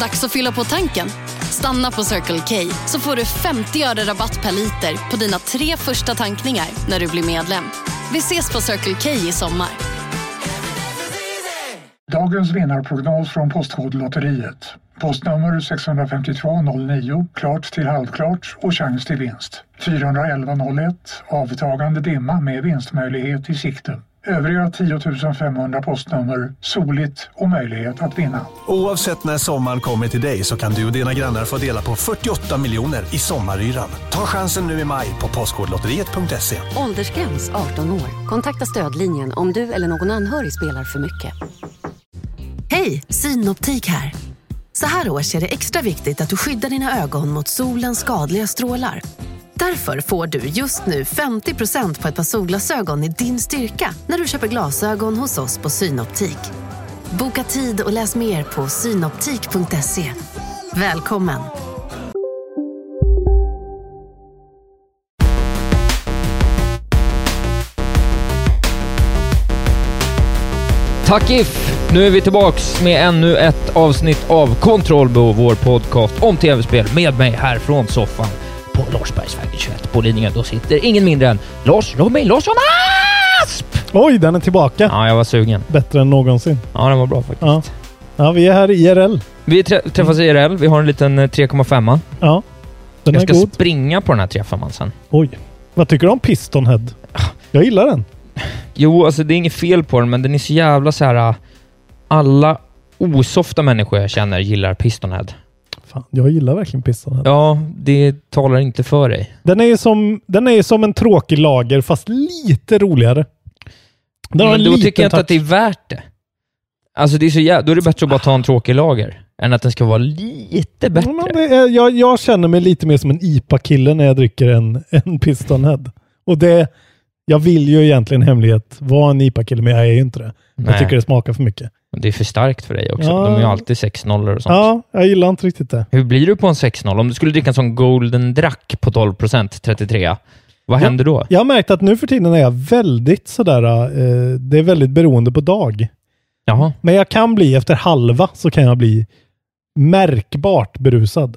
Dags att fylla på tanken. Stanna på Circle K så får du 50 öre rabatt per liter på dina tre första tankningar när du blir medlem. Vi ses på Circle K i sommar. Dagens vinnarprognos från Postkodlotteriet. Postnummer 65209, klart till halvklart och chans till vinst. 41101, avtagande dimma med vinstmöjlighet i sikte. Övriga 10 500 postnummer, soligt och möjlighet att vinna. Oavsett när sommaren kommer till dig så kan du och dina grannar få dela på 48 miljoner i sommaryran. Ta chansen nu i maj på Postkodlotteriet.se. Åldersgräns 18 år. Kontakta stödlinjen om du eller någon anhörig spelar för mycket. Hej, Synoptik här. Så här års är det extra viktigt att du skyddar dina ögon mot solens skadliga strålar. Därför får du just nu 50% på ett par solglasögon i din styrka när du köper glasögon hos oss på Synoptik. Boka tid och läs mer på synoptik.se. Välkommen! Tack If! Nu är vi tillbaks med ännu ett avsnitt av Kontrollbo, vår podcast om tv-spel med mig här från soffan på Larsbergsvägen 21 på Lidingö. Då sitter ingen mindre än Lars Robin Larsson Ah! Asp! Oj, den är tillbaka! Ja, jag var sugen. Bättre än någonsin. Ja, den var bra faktiskt. Ja. ja, vi är här i IRL. Mm. Vi trä- träffas i IRL, vi har en liten eh, 3,5. Ja, den Jag är ska god. springa på den här 3,5 sen. Oj. Vad tycker du om Pistonhead? Jag gillar den. Jo, alltså det är inget fel på den, men den är så jävla så här. äh, Alla osofta människor jag känner gillar Pistonhead. Fan, jag gillar verkligen Pistonhead. Ja, det talar inte för dig. Den är ju som, den är ju som en tråkig lager, fast lite roligare. Den har men en då liten tycker jag inte touch. att det är värt det. Alltså det är så jä... då är det bättre att bara ta en tråkig lager, än att den ska vara lite bättre. Ja, men det är, jag, jag känner mig lite mer som en IPA-kille när jag dricker en, en Pistonhead. Och det, jag vill ju egentligen i hemlighet vara en IPA-kille, men jag är ju inte det. Nej. Jag tycker det smakar för mycket. Det är för starkt för dig också. Ja. De är ju alltid 6 0 och sånt. Ja, jag gillar inte riktigt det. Hur blir du på en 6 0 Om du skulle dricka en sån Golden Drack på 12 33, vad Ja. händer då? Jag har märkt att nu för tiden är jag väldigt sådär, eh, det är väldigt beroende på dag. Jaha. Men jag kan bli, efter halva så kan jag bli märkbart berusad.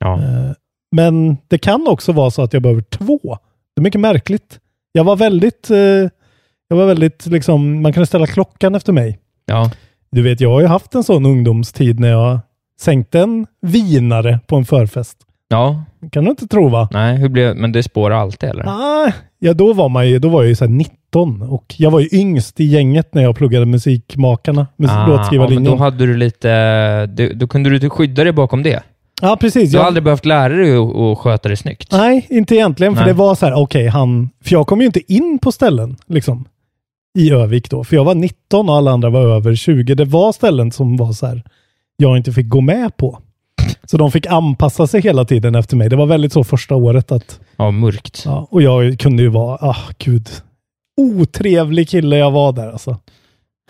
Ja. Eh, men det kan också vara så att jag behöver två. Det är mycket märkligt. Jag var väldigt, eh, jag var väldigt liksom, man kunde ställa klockan efter mig. ja. Du vet, jag har ju haft en sån ungdomstid när jag sänkte en vinare på en förfest. Ja. Kan du inte tro va? Nej, hur blev... men det spårar alltid eller? Nej, Ah, ja, då var, man ju, då var jag ju så här 19 och jag var ju yngst i gänget när jag pluggade musikmakarna, musik, Ah, ja, men låtskrivarlinjen. då Ja, hade du lite... Du, då kunde du typ skydda dig bakom det. precis. Du har Jag, aldrig behövt lära dig att- att sköta det snyggt. Nej, inte egentligen, för Nej. det var så här, okej, han... För jag kom ju inte in på ställen, liksom, i Övik då, för jag var 19 och alla andra var över 20. Det var ställen som var så här, jag inte fick gå med på. Så de fick anpassa sig hela tiden efter mig. Det var väldigt så första året att Ja, mörkt. Ja, och jag kunde ju vara, ah gud, otrevlig kille jag var där alltså.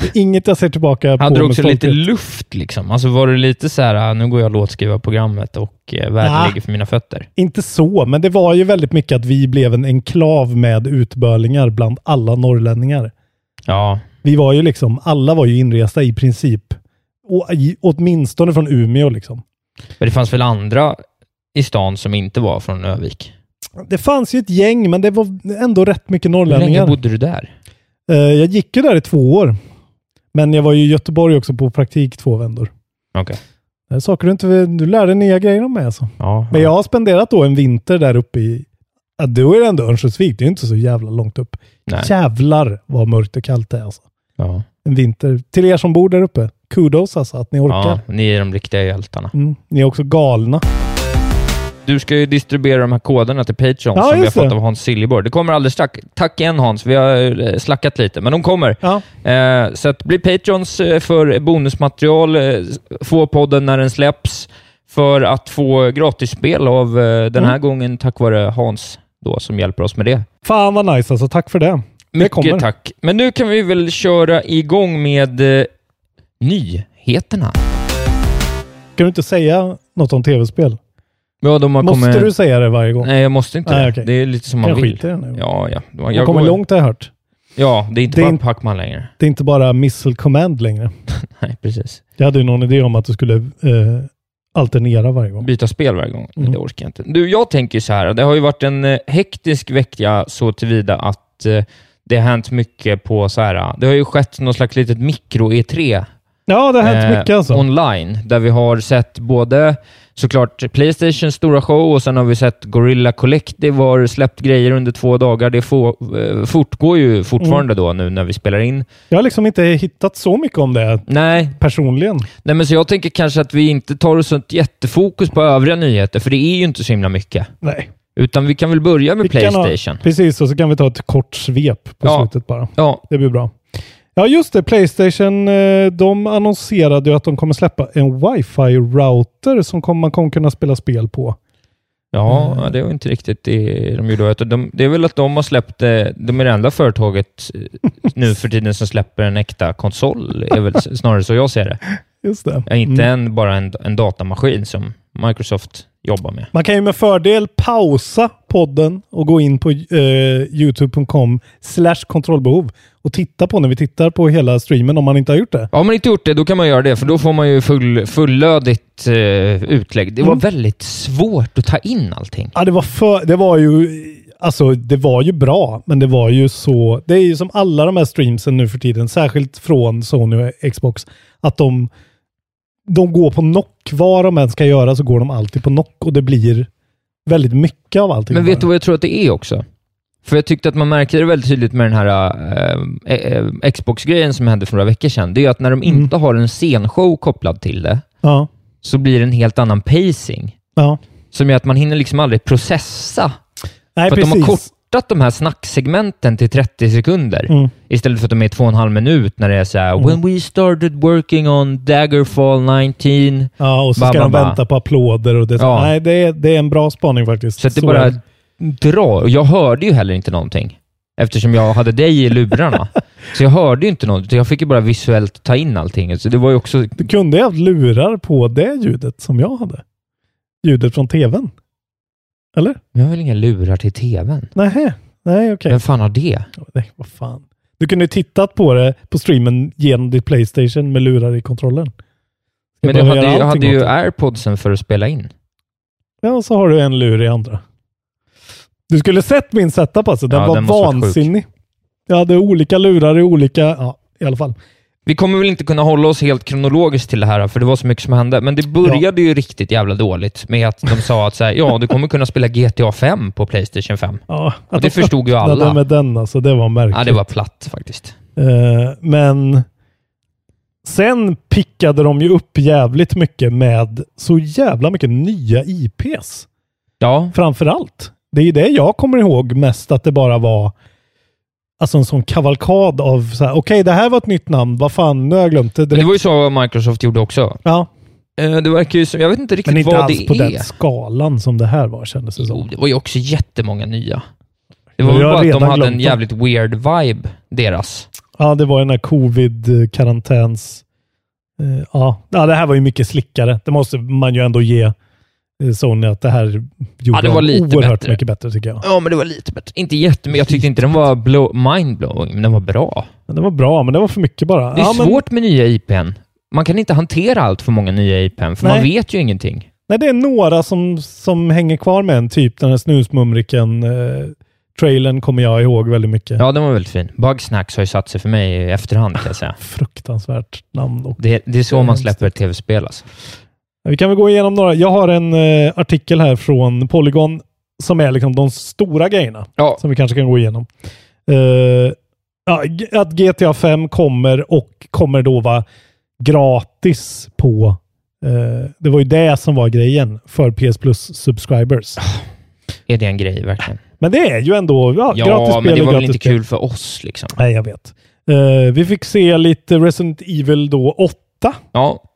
Det är Inget jag ser tillbaka på Hade du med också lite stolthet. luft liksom? Alltså var du lite så här, "Ah, nu går jag låtskrivarprogrammet och eh, världen Ah. ligger för mina fötter? Inte så, men det var ju väldigt mycket att vi blev en enklav med utbörlingar bland alla norrlänningar. Ja. Vi var ju liksom, alla var ju inresta i princip. Och, i, åtminstone från Umeå liksom. Men det fanns väl andra i stan som inte var från Övik? Det fanns ju ett gäng, men det var ändå rätt mycket Hur länge norrlänningar. bodde du där? Eh, jag gick ju där i två år. Men jag var ju i Göteborg också på praktik två vändor. Okej. Det är saker du inte... Du lär dig nya grejer om mig alltså. Ja, Men ja. jag har spenderat då en vinter där uppe i... Ja, då är det ändå Örnsköldsvik. Det är ju inte så jävla långt upp. Nej. Jävlar vad mörkt och kallt det är alltså. Ja. En vinter. Till er som bor där uppe, kudos alltså att ni orkar. ja, ni är de riktiga hjältarna. Mm. Ni är också galna. Du ska ju distribuera de här koderna till Patreon Ja, som vi har just fått det. av Hans Siljeborg. Det kommer alldeles strax. Tack igen Hans, vi har eh, slackat lite, men de kommer. Ja. Eh, så att bli Patrons eh, för bonusmaterial, eh, få podden när den släpps, för att få gratisspel av eh, den här Mm. gången tack vare Hans då, som hjälper oss med det. Fan vad nice alltså. Tack för det. Mycket kommer. tack. Men nu kan vi väl köra igång med eh, nyheterna. Kan du inte säga något om tv-spel? Ja, de har Måste kommit... du säga det varje gång? Nej, jag måste inte Nej, det. okej. Det är lite som man jag vill. skiter i det nu. Ja, ja. Jag, jag kommer går- långt har jag hört. Ja, det är inte Det är bara inte- Pacman längre. Det är inte bara Missile Command längre. Nej, precis. Jag hade ju någon idé om att du skulle eh, alternera varje gång. byta spel varje gång. Mm. Det orkar jag inte. Du, jag tänker så här. Det har ju varit en eh, hektisk vecka så tillvida att eh, det har hänt mycket på så här. eh, Det har ju skett någon slags litet mikro-E3 Ja, det har hänt eh, mycket alltså. online, där vi har sett både såklart Playstations stora show och sen har vi sett Gorilla Collective har släppt grejer under två dagar. Det få, eh, fortgår ju fortfarande Mm. då nu när vi spelar in. Jag har liksom inte hittat så mycket om det Nej, personligen. nej men så jag tänker kanske att vi inte tar oss ett jättefokus på övriga nyheter, för det är ju inte så himla mycket. Nej. Utan vi kan väl börja med Vi kan ha- Playstation. Precis, och så kan vi ta ett kort svep på Ja. slutet bara. Ja, Det blir bra. Ja, just det. Playstation, eh, de annonserade ju att de kommer släppa en wifi-router som kommer- man kommer kunna spela spel på. ja det var inte riktigt det de gjorde. Utan De, det är väl att de har släppt, eh, de är det enda företaget eh, nu för tiden som släpper en äkta konsol, är väl s- snarare så jag ser det. Just det. Ja, inte Mm. en, bara en, en datamaskin som Microsoft jobbar med. Man kan ju med fördel pausa podden och gå in på eh, youtube.com slash kontrollbehov och titta på när vi tittar på hela streamen om man inte har gjort det. Ja, Om man inte gjort det, då kan man göra det, för då får man ju full, fullödigt eh, utlägg. Det var Mm. väldigt svårt att ta in allting. Ja, det var, för, det var ju... Alltså, det var ju bra, men det var ju så... Det är ju som alla de här streamsen nu för tiden, särskilt från Sony och Xbox, att de, de går på knock. Vad de än ska göra så går de alltid på knock och det blir väldigt mycket av allting. Men vet du bara. vad jag tror att det är också? För jag tyckte att man märkte det väldigt tydligt med den här eh, eh, Xbox-grejen som hände för några veckor sedan. Det är ju att när de Mm. inte har en scenshow kopplad till det, Ja, så blir det en helt annan pacing. ja. Som gör att man hinner liksom aldrig processa. Nej, för att precis. de har kortat de här snacksegmenten till 30 sekunder. Mm. Istället för att de är två och en halv minut när det är så här Mm. “When we started working on Daggerfall 19”. Ja, och så Ba, ska ba, de ba. vänta på applåder och det. Ja. Nej, det är, det är en bra spaning faktiskt. Så att det Så bara är- drar. Och jag hörde ju heller inte någonting. Eftersom jag hade dig i lurarna. så jag hörde ju inte något. utan Jag fick ju bara visuellt ta in allting. Så det var ju också... Du kunde ju haft lurar på det ljudet som jag hade. Ljudet från tvn. Eller? Men jag har väl inga lurar till tvn? Nej, nej okej. Vem fan har det? Nej, vad fan. Du kunde ju tittat på det på streamen genom ditt Playstation med lurar i kontrollen. Ska Men jag behöva hade, göra ju- jag allting hade ju åt det. airpodsen för att spela in. Ja, och så har du en lur i andra. Du skulle sett min setup alltså. Den Ja, var den måste varit sjuk. vansinnig. Jag hade olika lurar i olika... Ja, i alla fall. Vi kommer väl inte kunna hålla oss helt kronologiskt till det här, för det var så mycket som hände. Men det började ju riktigt jävla dåligt med att de sa att så här, ja, du kommer kunna spela GTA 5 på Playstation 5. Ja, att Och de det förstod ju öppnade alla. med den alltså. Det var märkligt. Ja, det var platt faktiskt. Eh, men sen pickade de ju upp jävligt mycket med så jävla mycket nya IPs. Ja, Framför allt. Det är ju det jag kommer ihåg mest, att det bara var alltså en sån kavalkad av så här, okej, det här var ett nytt namn, vad fan, nu har jag glömt det men det direkt. var ju så Microsoft gjorde också. Ja, Eh, Det verkar ju som, jag vet inte riktigt men inte vad alls det på är. den skalan som det här var, kändes det Jo, som. det var ju också jättemånga nya. Det var Jag väl har bara att de redan hade en glömt dem. jävligt weird vibe, deras. Ja, det var ju den här covid-karantäns... eh, ja. ja, det här var ju mycket slickare. Det måste man ju ändå ge eh, Sony att det här gjorde Ja, det var dem lite oerhört bättre. mycket bättre tycker jag. Ja, men det var lite bättre. Inte jättemycket. Jag tyckte inte den var blow, mindblowing, men den var bra. Men det var bra, men det var för mycket bara. Det är ja, men, svårt med nya IPn. Man kan inte hantera allt för många nya IPn, för man Nej. vet ju ingenting. nej, det är några som, som hänger kvar med en, typ den här snusmumriken. Eh, trailern kommer jag ihåg väldigt mycket. Ja, den var väldigt fin. Bugsnacks har ju satt sig för mig i efterhand, kan jag säga. Fruktansvärt namn. Och, Det, det är så Det är man hemskt. släpper ett tv-spel alltså. vi kan väl gå igenom några. Jag har en eh, artikel här från Polygon som är liksom de stora grejerna. Ja, som vi kanske kan gå igenom. Eh, ja, g- att GTA 5 kommer och kommer då vara gratis på... eh, det var ju det som var grejen för PS Plus subscribers. är det en grej verkligen? Men det är ju ändå ja, gratis Ja, spel men det och var väl gratis inte spel. kul för oss liksom. Nej, jag vet. Eh, vi fick se lite Resident Evil då 8. Ja,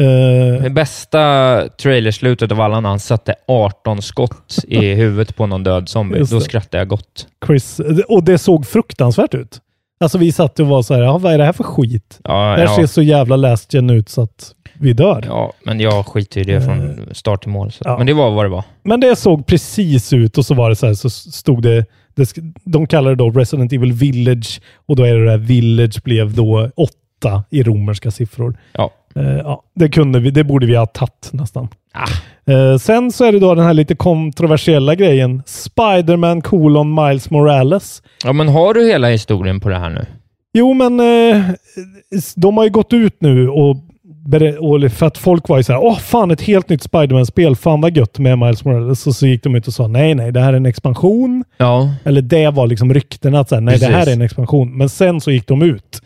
Eh, Det bästa trailerslutet av alla när han satte 18 skott i huvudet på någon död zombie. Just Då det. skrattade jag gott. Chris, och det såg fruktansvärt ut. Alltså vi satt och var så här, ja, vad är det här för skit? Ja, Det här ser ja, så jävla last gen ut så att vi dör. ja, men jag skiter i det från start till mål. Så. Eh. Ja. Men det var vad det var. Men det såg precis ut och så var det så här, så stod det, det sk- de kallar det då Resident Evil Village och då är det där Village blev då åtta i romerska siffror. Ja. Eh, ja, det, kunde vi, det borde vi ha tagit nästan. Ah. Eh, sen så är det då den här lite kontroversiella grejen. Spiderman kolon Miles Morales. Ja, men har du hela historien på det här nu? Jo, men eh, de har ju gått ut nu och, ber- och för att folk var ju så här, åh fan ett helt nytt Spiderman-spel, fan vad gött med Miles Morales. Och så gick de ut och sa, nej nej, det här är en expansion. Ja. Eller det var liksom ryktena att så här, nej det här Precis. är en expansion. Men sen så gick de ut.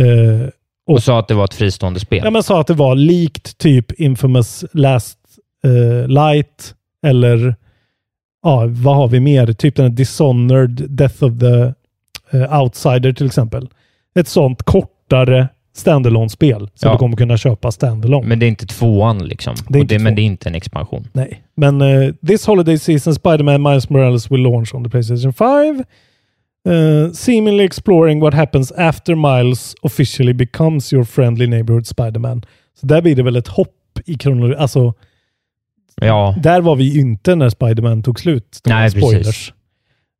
Eh, Och sa att det var ett fristående spel. Ja, men sa att det var likt typ Infamous Last eh, Light eller ja, vad har vi mer? Typ den här Dishonored Death of the eh, Outsider till exempel. Ett sånt kortare standalone spel som Ja. du kommer kunna köpa standalone. Men det är inte tvåan liksom. Det är och inte det, men tvåan. det är inte en expansion. Nej, men eh, this holiday season Spider-Man Miles Morales will launch on the Playstation 5. eh, seemingly exploring what happens after Miles officially becomes your friendly neighborhood Spider-Man. Så där blir det väl ett hopp i kronologi. Alltså, Ja. där var vi ju inte när Spider-Man tog slut. Det var Nej, precis.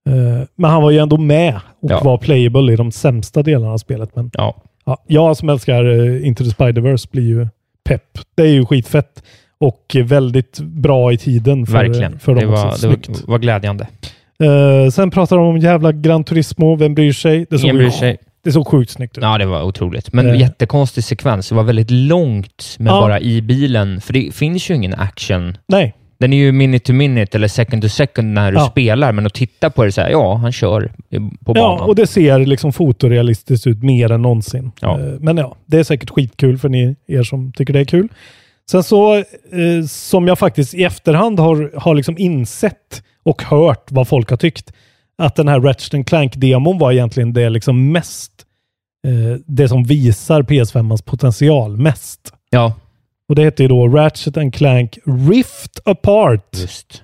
Eh, men han var ju ändå med och Ja. var playable i de sämsta delarna av spelet. Men Ja. Ja, jag som älskar eh, Into the Spider-Verse blir ju pepp. Det är ju skitfett och eh, väldigt bra i tiden för, Verkligen. för dem det var, också. det Snyggt. var, var glädjande. Eh, sen pratar de om jävla Gran Turismo. Vem bryr sig? Det såg, Ingen ju- bryr sig. Det såg sjukt snyggt ut. Ja, det var otroligt. Men Typ. Eh. jättekonstig sekvens. Det var väldigt långt, men Ja. bara i bilen. För det finns ju ingen action. Nej, Den är ju minute to minute eller second to second när du Ja. spelar, men att titta på det så här, ja, han kör eh, på banan. ja, och det ser liksom fotorealistiskt ut mer än någonsin. Ja. Eh, men ja, det är säkert skitkul för ni, er som tycker det är kul. Sen så, eh, som jag faktiskt i efterhand har, har liksom insett och hört vad folk har tyckt, att den här Ratchet Clank-demon var egentligen det liksom mest, eh, det som visar PS5ans potential mest. Ja, Och det heter ju då Ratchet Clank Rift Apart. just.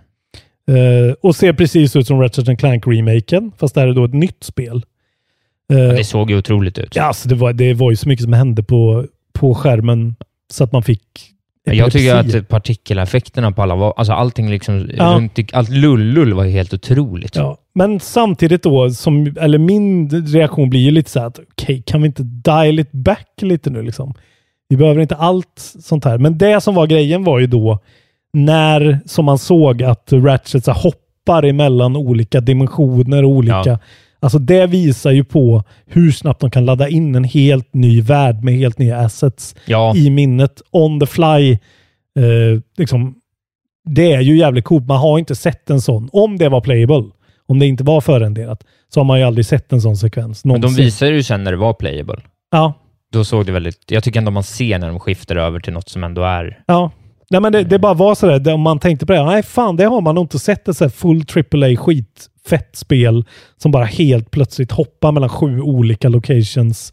Eh, och ser precis ut som Ratchet Clank-remaken, fast det här är då ett nytt spel. Eh, Det såg ju otroligt ut. Ja, alltså det, var, det var ju så mycket som hände på, på skärmen så att man fick Jag tycker epilepsi. att partikeleffekterna på alla var... Alltså allting liksom... Ja. Runt, i- allt lullull var ju helt otroligt. Ja, men samtidigt då, som, eller min reaktion blir ju lite så här att okej, kan vi inte dial it back lite nu liksom? Vi behöver inte allt sånt här. Men det som var grejen var ju då när, som man såg, att Ratchet så här, hoppar emellan olika dimensioner och olika... Ja. Alltså det visar ju på hur snabbt de kan ladda in en helt ny värld med helt nya assets Ja. i minnet on the fly. Eh, liksom, det är ju jävligt coolt. Man har inte sett en sån. Om det var playable, om det inte var förenderat, så har man ju aldrig sett en sån sekvens. Men de någonsin. visade ju sen när det var playable. Ja, Då såg det väldigt... Jag tycker ändå man ser när de skiftar över till något som ändå är... ja. Nej, men det, det bara var sådär, det- om man tänkte på det, nej fan, det har man nog inte sett ett sådär full AAA skitfett spel som bara helt plötsligt hoppar mellan sju olika locations.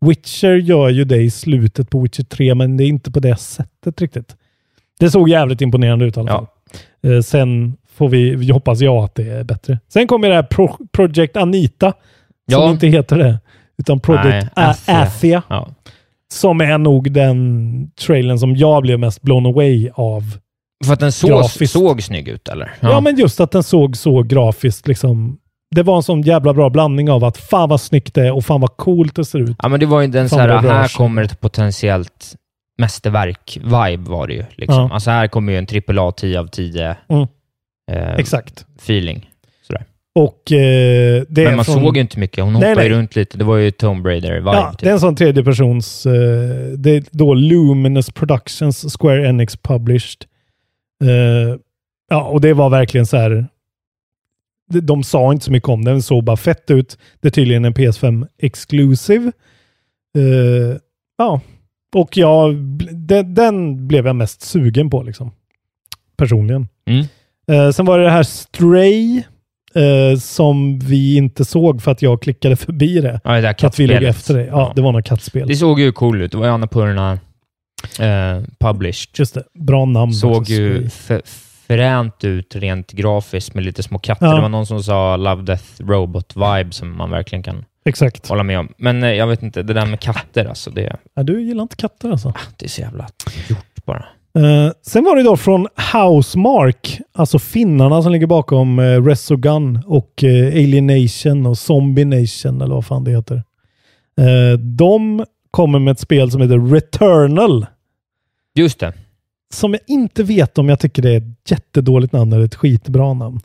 Witcher gör ju det i slutet på Witcher 3, men det är inte på det sättet riktigt. Det såg jävligt imponerande ut i alla fall. Ja. Eh, sen får vi, vi hoppas jag att det är bättre. Sen kommer det här Pro Project Anita, som Ja. inte heter det, utan Project Nej, A- Athia. Athia, Ja. som är nog den trailern som jag blev mest blown away av. För att den såg, Grafiskt. såg snygg ut, eller? Ja. men just att den såg så grafiskt liksom. Det var en sån jävla bra blandning av att fan vad snyggt det är och fan vad coolt det ser ut. Ja, men det var ju den så Fan, här, vad bra här action. kommer ett potentiellt mästerverk-vibe var det ju. Liksom. Ja. Alltså här kommer ju en AAA 10 av 10 Mm. eh, Exakt. feeling. feeling. Och eh, det är Men man från, såg ju inte mycket. Hon Nej, hoppade ju nej. runt lite. Det var ju Tomb Raider-vibe. Ja, typ. det är en sån tredjepersons... Eh, det är då Luminous Productions, Square Enix Published. Eh, ja, och det var verkligen så här... De, de sa inte så mycket om den, såg bara fett ut. Det är tydligen en PS5 Exclusive. Eh, ja, och jag, den, den blev jag mest sugen på liksom. Personligen. Mm. Eh, sen var det det här Stray eh, som vi inte såg för att jag klickade förbi det. Ja, det där Katt vi låg kattspelet. efter dig. Ja, Ja. det var något kattspel. Det såg ju cool ut. Det var ju Annapurna eh, Published. Just det. Bra namn. såg Alltså, ju skoj. f- fränt ut rent grafiskt med lite små katter. Ja. Det var någon som sa Love Death Robot-vibe som man verkligen kan Exakt. hålla med om. Men eh, jag vet inte, det där med katter alltså. Det, Ja, du gillar inte katter alltså. det är så jävla gjort bara. Eh, sen var det då från Housemark, alltså finnarna som ligger bakom uh, Resogun och eh, Alienation och Zombie Nation eller vad fan det heter. Eh, de kommer med ett spel som heter Returnal. Just det. Som jag inte vet om jag tycker det är ett jättedåligt namn eller ett skitbra namn.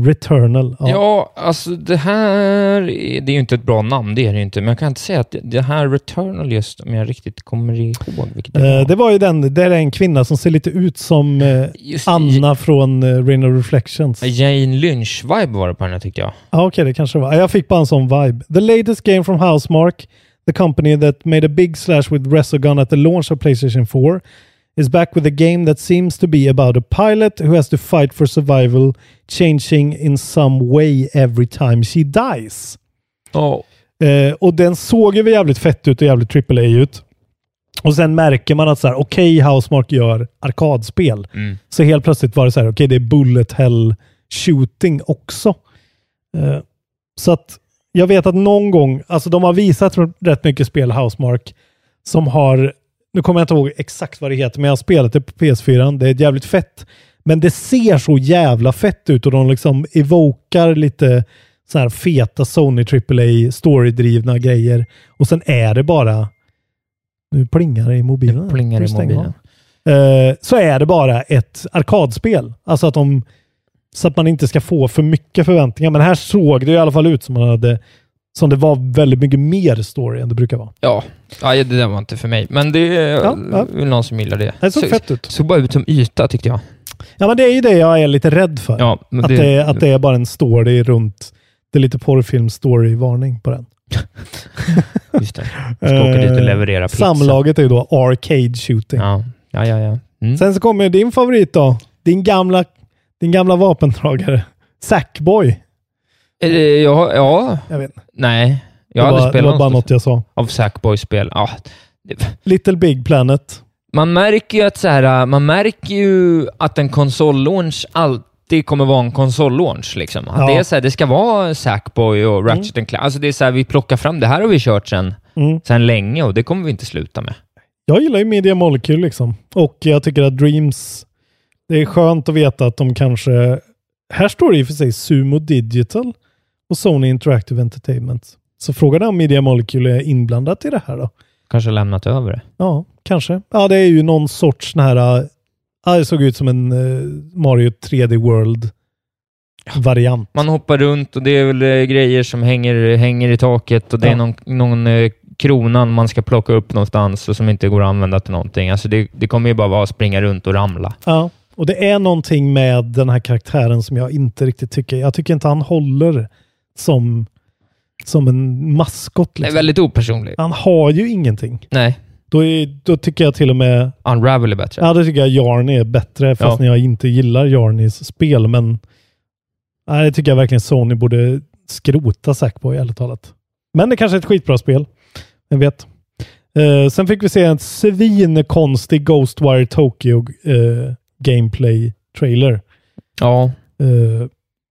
Returnal. Ja. alltså det här... är- Det är ju inte ett bra namn, det är det ju inte. Men jag kan inte säga att det- det här Returnal just, om jag riktigt kommer ihåg vilket det Eh, var. Det var ju den, det är en kvinna som ser lite ut som eh, Just det, Anna från eh, Rain of Reflections. Jane Lynch-vibe var det på den här tyckte jag. Ja, okej, det kanske var. Jag fick bara en sån vibe. The latest game from Housemark, the company that made a big slash with Resogun at the launch of PlayStation 4, is back with a game that seems to be about a pilot who has to fight for survival, changing in some way every time she dies. Ja. Eh, och den såg ju jävligt fett ut och jävligt AAA ut. Och sen märker man att så här, okej, Housemark gör arkadspel. Mm. Så helt plötsligt var det så här, okej, det är bullet hell shooting också. Eh, så att jag vet att någon gång, alltså de har visat rätt mycket spel, Housemark, som har, nu kommer jag inte ihåg exakt vad det heter, men jag har spelat det på PS4. Det är jävligt fett. Men det ser så jävla fett ut och de liksom evokar lite så här feta Sony AAA storydrivna grejer. Och sen är det bara... Nu plingar det i mobilen. Det plingar Får i du stänga mobilen. av? Eh, så är det bara ett arkadspel. Alltså att de... Så att man inte ska få för mycket förväntningar. Men här såg det i alla fall ut som, man hade, som det var väldigt mycket mer story än det brukar vara. Ja, Nej, det där var inte för mig. Men det är Ja, ja. väl någon som gillar det. Det såg fett ut. såg bara ut som yta tyckte jag. Ja, men det är ju det jag är lite rädd för. Ja, men att, det, är- att det är bara en story runt... Det är lite porrfilm-story-varning på den. Eh, Just det. Ska åka dit och leverera pizza. Samlaget är ju då arcade shooting. Ja, ja, ja. ja. Mm. Sen så kommer din favorit då. Din gamla, din gamla vapendragare. Sackboy. Eh, ja, ja, Jag vet. inte. nej. Det Jag har var, aldrig det spelat var bara något något jag sa. av Sackboy-spel. Ja. det- Little Big Planet. Man märker ju att så här, man märker ju att en konsollaunch alltid kommer vara en konsollaunch. Liksom. Att Ja. det, är så här, det ska vara Sackboy och Ratchet and Clank. Alltså det är så här, vi plockar fram, det här har vi kört sedan Mm. sen länge och det kommer vi inte sluta med. Jag gillar ju Media Molecule liksom. Och jag tycker att Dreams... Det är skönt att veta att de kanske... Här står det i och för sig Sumo Digital och Sony Interactive Entertainment. Så frågan är om Media Molecule är inblandat i det här då? Kanske lämnat över det. Ja, kanske. Ja, det är ju någon sorts sån här... äh, Ja, det såg ut som en eh, Mario 3D World-variant. Man hoppar runt och det är väl eh, grejer som hänger, hänger i taket och det Ja. är någon, någon eh, kronan man ska plocka upp någonstans och som inte går att använda till någonting. Alltså det, det kommer ju bara vara att springa runt och ramla. Ja, och det är någonting med den här karaktären som jag inte riktigt tycker... Jag tycker inte han håller som, som en maskot. Det är Liksom. väldigt opersonligt. Han har ju ingenting. Nej, Då, är, då tycker jag till och med... Unravel är bättre. Ja, då tycker jag Jarny är bättre, fast Ja. jag inte gillar Jarnys spel. Men nej, det tycker jag verkligen Sony borde skrota Sackboy, ärligt talat. Men det kanske är ett skitbra spel. Vem vet? Eh, sen fick vi se en svinkonstig Ghostwire Tokyo eh, gameplay-trailer. Ja, Eh,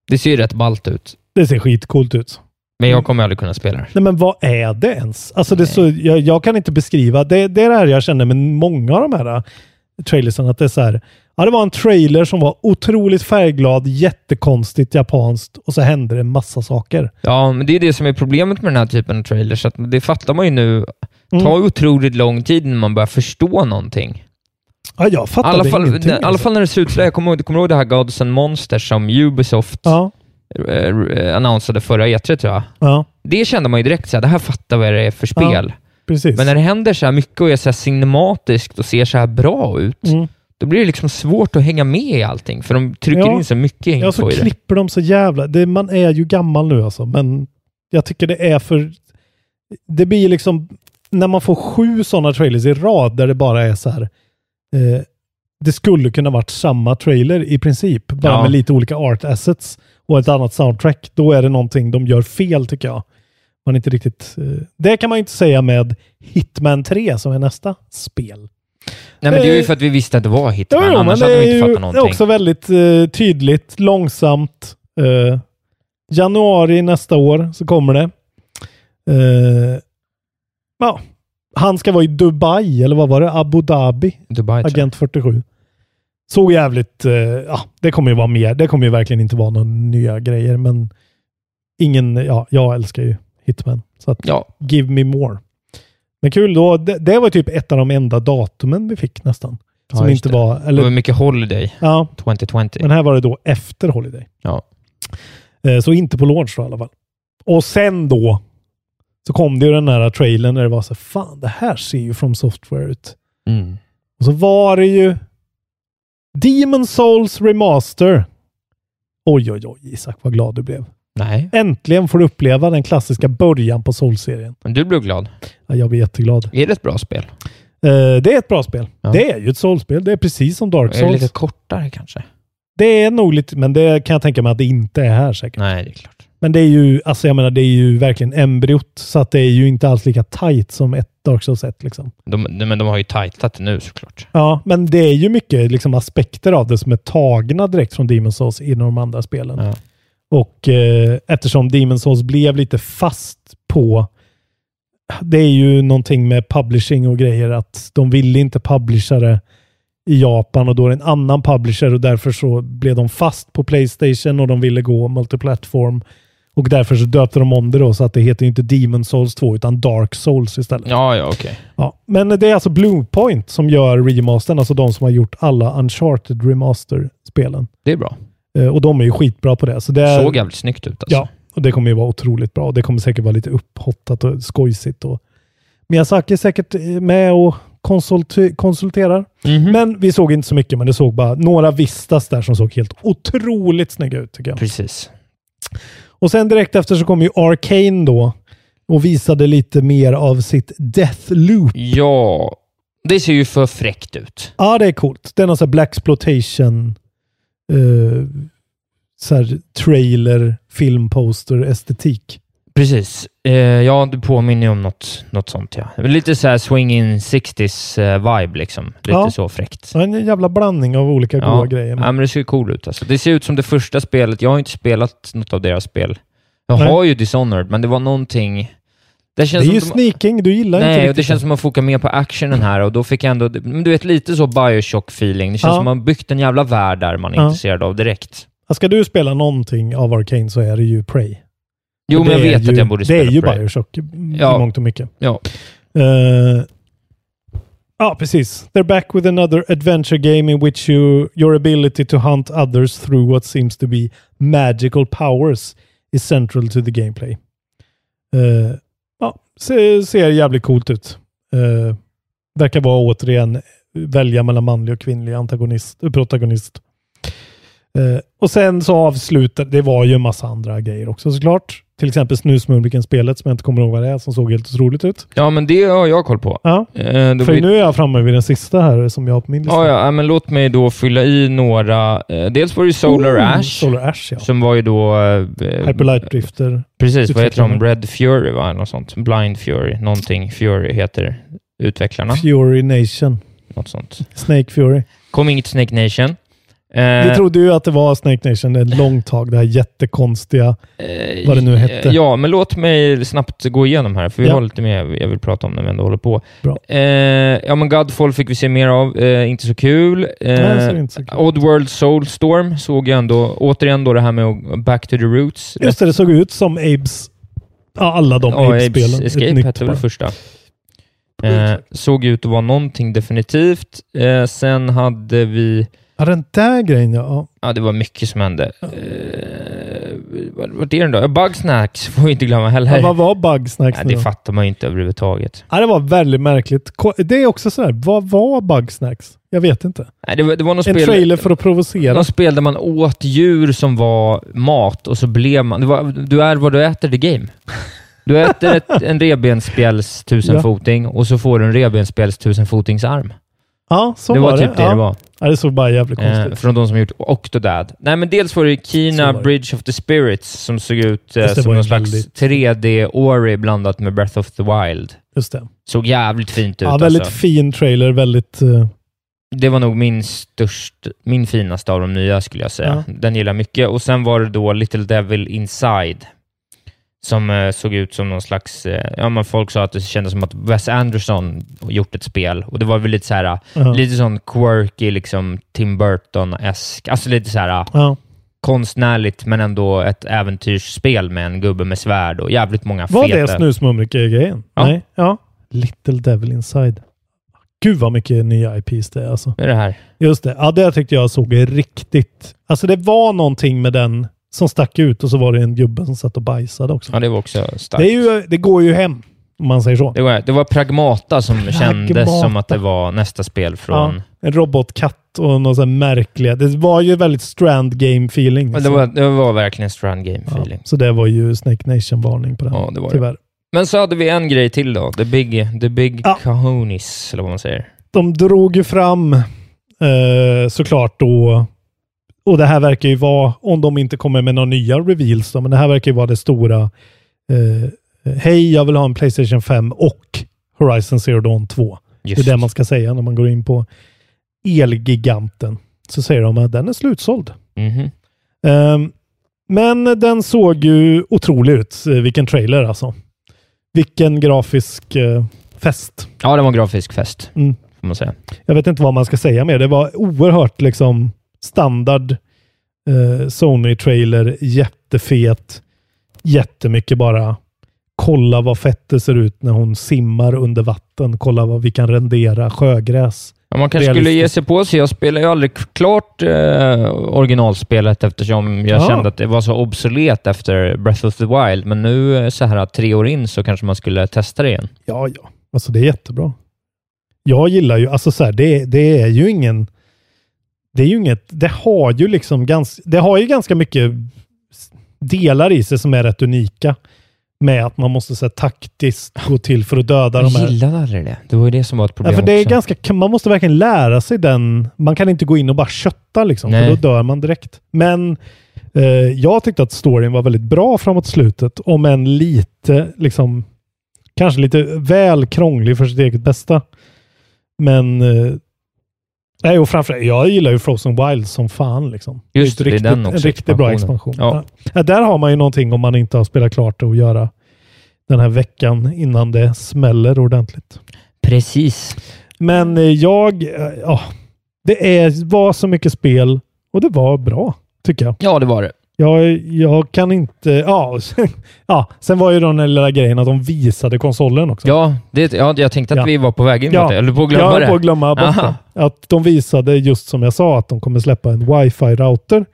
det ser ju rätt ballt ut. det ser skitcoolt ut. Men jag kommer aldrig kunna spela det. Nej, men vad är det ens? Alltså, det är Nej. så, jag, jag kan inte beskriva. Det, det är det här jag känner med många av de här äh, trailersen. Att det, är så här, ja, det var en trailer som var otroligt färgglad, jättekonstigt japanskt och så hände det en massa saker. Ja, men det är det som är problemet med den här typen av trailers, att det fattar man ju nu. Det Mm. tar ju otroligt lång tid innan man börjar förstå någonting. Ja, jag I fattade alla fall, ingenting. alltså. i alla fall när det ser ut sådär. Jag kommer, ihåg- kommer ihåg det här Gods and Monsters som Ubisoft Ja, eh, eh, annonsade förra E3, tror jag. ja, Det kände man ju direkt, såhär, det här fattar vad det är för Ja, spel. precis. Men när det händer så här mycket och är så här cinematiskt och ser så här bra ut, Mm. då blir det liksom svårt att hänga med i allting, för de trycker Ja. in så mycket info Ja, så i det. klipper de så jävla... Det, man är ju gammal nu alltså, men jag tycker det är för... Det blir liksom... När man får sju sådana trailers i rad där det bara är så här... Eh, det skulle kunna varit samma trailer i princip, bara Ja. med lite olika art assets och ett annat soundtrack. Då är det någonting de gör fel tycker jag. Man inte riktigt... Eh, det kan man ju inte säga med Hitman 3 som är nästa spel. Nej, men det är ju Eh, för att vi visste att det var Hitman, Ja, jo, men annars det hade vi är inte ju fattat någonting. också väldigt eh, tydligt, långsamt. Eh, januari nästa år så kommer det. Eh, ja, han ska vara i Dubai, eller vad var det? Abu Dhabi, Dubai, tror jag. Agent 47. Så jävligt... Eh, ja, det kommer ju vara mer. Det kommer ju verkligen inte vara några nya grejer, men ingen... Ja, jag älskar ju Hitman. Så att, Ja, give me more. Men kul då. Det, det var typ ett av de enda datumen vi fick nästan. Ja, Som just inte det. var... Det var Eller, mycket Holiday ja, 2020. men här var det då efter Holiday. Ja. Eh, Så inte på Lords då i alla fall. Och sen då så kom det ju den här trailern där det var så här, fan det här ser ju From Software ut. Mm. Och så var det ju Demon Souls Remaster. Oj, oj, oj, Isak, vad glad du blev. Nej, Äntligen får du uppleva den klassiska början på Souls-serien. men du blev glad. Ja, jag blir jätteglad. Är det ett bra spel? Eh, det är ett bra spel. Ja. Det är ju ett Souls-spel. Det är precis som Dark Är det Souls. lite kortare kanske? Det är nog lite, men det kan jag tänka mig att det inte är här säkert. Nej, det är klart. Men det är ju, alltså jag menar, det är ju verkligen embryot, så att det är ju inte alls lika tight som ett Dark Souls 1 liksom. De, men de har ju tajtat det nu såklart. Ja, men det är ju mycket liksom aspekter av det som är tagna direkt från Demon's Souls i de andra spelen. Ja. Och eh, eftersom Demon's Souls blev lite fast på... Det är ju någonting med publishing och grejer att de ville inte publisha det i Japan och då är det en annan publisher och därför så blev de fast på Playstation och de ville gå multiplattform. Och därför så döpte de om det då så att det heter ju inte Demon Souls 2 utan Dark Souls istället. Ja, ja, okej. Ja, men det är alltså Bloompoint som gör remastern, alltså de som har gjort alla Uncharted Remaster-spelen. Det är bra. Eh, och de är ju skitbra på det. Så det är, Såg jävligt snyggt ut alltså. Eh, Ja, och det kommer ju vara otroligt bra. Och det kommer säkert vara lite upphottat och skojsigt. Och Miyazaki är säkert eh, med och konsulti- konsulterar. Mhm. Men vi såg inte så mycket, men det såg bara några vistas där som såg helt otroligt snygga ut tycker jag. Precis. Och sen direkt efter så kom ju Arcane då och visade lite mer av sitt Deathloop. Ja, det ser ju för fräckt ut. Ja, det är coolt. Det är någon sån här Black Exploitation eh, så här trailer, filmposter, estetik. Precis. Eh, ja, du påminner ju om något, något sånt ja. Det är Lite så här swing in 60s eh, vibe liksom. Lite Ja. så fräckt. Så en jävla blandning av olika goda grejer. ja, men det ser ju cool ut alltså. Det ser ut som det första spelet. Jag har inte spelat något av deras spel. Jag Nej. har ju Dishonored, men det var någonting... Det det känns är som ju att de- sneaking, du gillar inte Nej, och riktigt det känns som att man fokar mer på actionen här och då fick jag ändå, men du vet lite så Bioshock-feeling. Det känns Ja. som att man byggt en jävla värld där man är Ja. intresserad av direkt. Ja, Ska du spela någonting av Arcane så är det ju Prey. Jo, Och men jag det är vet ju, att jag borde spela Det är ju Prey. Bioshock ja. Ja. i mångt och mycket. Ja. Eh, ja, precis. They're back with another adventure game in which you, your ability to hunt others through what seems to be magical powers is central to the gameplay. Eh, ja, ser, ser jävligt coolt ut. Eh, verkar vara återigen välja mellan manlig och kvinnlig antagonist, eh, protagonist. Eh, och sen så avslutade, det var ju en massa andra grejer också såklart. Till exempel Snusmumriken-spelet som jag inte kommer ihåg vad det är, som såg helt otroligt ut. Ja, men det har jag koll på. Ja. Eh, då För blir- nu är jag framme vid den sista här som jag har på min lista. ja, ja, ja, men låt mig då fylla i några. Eh, dels var det ju Solar Oh, Ash, Solar Ash, ja. som var ju då... Eh, Hyperlight Drifter. Precis, vad heter de? utvecklarna. Red Fury, va? Något sånt. Blind Fury, någonting. Fury heter utvecklarna. Fury Nation. Något sånt. Snake Fury. Kom inget Snake Nation. Eh, Vi trodde ju att det var Snake Nation ett långt tag. Det här jättekonstiga. Eh, vad det nu hette. Ja, men låt mig snabbt gå igenom här, för vi Ja. har lite mer jag vill prata om när vi ändå håller på. Bra. Eh, ja, men Godfall fick vi se mer av. Eh, inte så kul. Eh, Nej, det ser inte så kul ut. Oddworld Soulstorm såg jag ändå. Återigen då det här med att- Back to the Roots. Just det, det såg ut som Abes... Ja, alla de Ja, Abes-spelen. Ett Escape nytt hette väl bara. första. Eh, såg ut att vara någonting definitivt. Eh, sen hade vi... Ja, den där grejen ja. ja. Ja, det var mycket som hände. Eh, vad, vad är den då? Ja, Bugsnacks får vi inte glömma heller. Men vad var Bugsnax Nej, nu det då? fattar man ju inte överhuvudtaget. Ja, det var väldigt märkligt. Ko- Det är också sådär, vad var Bugsnax? Jag vet inte. Nej, det, var, det var någon En spel, trailer för att provocera. någon spel där man åt djur som var mat och så blev man... Det var, du är vad du äter, the game. Du äter ett, en revbensspjäls tusenfoting och så får du en revbensspjäls tusenfotingsarm. Ja, så Det var, var, typ det ja. det var. Ja, det såg bara jävligt Eh, konstigt ut. från de som gjort Octodad. Nej, men dels var det Så Kina var det. Bridge of the Spirits som såg ut eh, Just det, som var ju någon slags väldigt- 3D-Ori blandat med Breath of the Wild. Just det. Såg jävligt fint ut Ja, väldigt alltså. fin trailer, väldigt... eh, Det var nog min störst, min finaste av de nya skulle jag säga. Den gillar jag mycket. Och sen var det då Little Devil Inside. Som eh, såg ut som någon slags... Eh, ja, men folk sa att det kändes som att Wes Anderson gjort ett spel. Och det var väl lite så här, ja. lite sån quirky, liksom Tim Burton-esk. Alltså lite så här ja. konstnärligt, men ändå ett äventyrsspel med en gubbe med svärd och jävligt många Var feta... det snusmumrike-grejen? Ja. Nej. Ja. Little Devil Inside. Gud vad mycket nya IPs det är alltså. Med det här. Just det. Ja, det tyckte jag såg riktigt... Alltså det var någonting med den som stack ut och så var det en gubbe som satt och bajsade också. Ja, det var också starkt. det, är ju, det går ju hem, om man säger så. Det var, det var Pragmata som kändes Pragmata. som att det var nästa spel från... En robotkatt och något sånt märkliga. Det var ju väldigt Strand Game-feeling. Ja. Det, var, det var verkligen Strand Game-feeling. så det var ju Snake Nation-varning på den. Ja, det var det. tyvärr. Men så hade vi en grej till då. The Big, the big Ja. Cajonis, eller vad man säger. de drog ju fram eh, såklart då, och det här verkar ju vara, om de inte kommer med några nya reveals då, men det här verkar ju vara det stora. Eh, Hej, jag vill ha en Playstation 5 och Horizon Zero Dawn 2. Just. Det är det man ska säga när man går in på Elgiganten. Så säger de att den är slutsåld. Mhm. Ehm, men den såg ju otrolig ut. Eh, Vilken trailer alltså. Vilken grafisk eh, fest. Ja, det var en grafisk fest, Mm. får man säga. Jag vet inte vad man ska säga mer. Det var oerhört liksom standard eh, Sony-trailer, jättefet, jättemycket bara kolla vad fett det ser ut när hon simmar under vatten, kolla vad vi kan rendera sjögräs. Ja, man kanske skulle Realistiskt. ge sig på sig. Jag spelade ju aldrig klart eh, originalspelet eftersom jag Ja. kände att det var så obsolet efter Breath of the Wild. Men nu eh, så här tre år in så kanske man skulle testa det igen. Ja, ja. Alltså det är jättebra. Jag gillar ju, alltså så här, det, det är ju ingen... Det är ju inget, det har ju liksom ganska, det har ju ganska mycket s- delar i sig som är rätt unika. Med att man måste så här, taktiskt gå till för att döda de jag här. gillade aldrig det. Det var ju det som var ett Ja, problem för det är också. ganska, man måste verkligen lära sig den. Man kan inte gå in och bara kötta liksom, för Nej. då dör man direkt. Men eh, jag tyckte att storyn var väldigt bra framåt slutet, om än lite, liksom, kanske lite väl krånglig för sitt eget bästa. Men, eh, nej, och framförallt, jag gillar ju Frozen Wild som fan. Liksom. Just det, Ett det är riktigt- den också, En riktigt bra expansionen. expansion. Ja. Ja. Ja, där har man ju någonting om man inte har spelat klart det och göra den här veckan innan det smäller ordentligt. Precis. Men eh, jag, eh, ja, det är, var så mycket spel och det var bra, tycker jag. Ja, det var det. Jag, jag kan inte, ja, och sen, ja, sen var ju då den här lilla grejen att de visade konsolen också. Ja, det, ja jag tänkte att Ja. vi var på väg in mot det. Jag höll på att glömma jag höll det. på att glömma bort Aha. det. Att de visade just som jag sa att de kommer släppa en wifi-router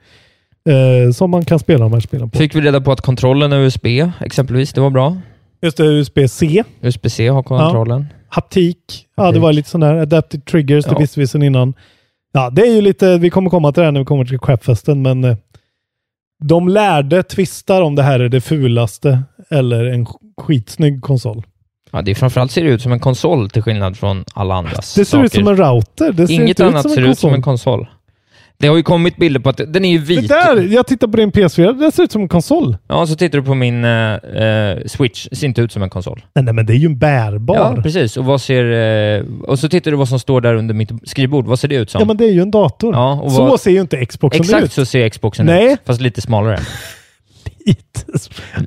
eh, som man kan spela de här spelen på. Fick vi reda på att kontrollen är USB, exempelvis. Det var bra. Just det, USB-C, USB-C har kontrollen. haptik, ja det var lite sån där adaptive triggers, Ja. det visste vi sedan innan. Ja, det är ju lite, vi kommer komma till det här när vi kommer till crapfesten, men eh, de lärde tvistar om det här är det fulaste eller en sk- skitsnygg konsol. Ja, det är framförallt ser det ut som en konsol till skillnad från alla andras Det ser saker. ut som en router. Det ser Inget inte annat ut som ser en ut konsol. som en konsol. Det har ju kommit bilder på att den är ju det vit. där, jag tittar på din PS4, det ser ut som en konsol. Ja, så tittar du på min eh, eh, Switch. Ser inte ut som en konsol. Nej, nej men det är ju en bärbar. Ja, precis. Och, vad ser, eh, och så tittar du vad som står där under mitt skrivbord. Vad ser det ut som? Ja, men det är ju en dator. Ja, och så vad- ser ju inte Xboxen Exakt ut. så ser Xboxen Nej. ut, fast lite smalare.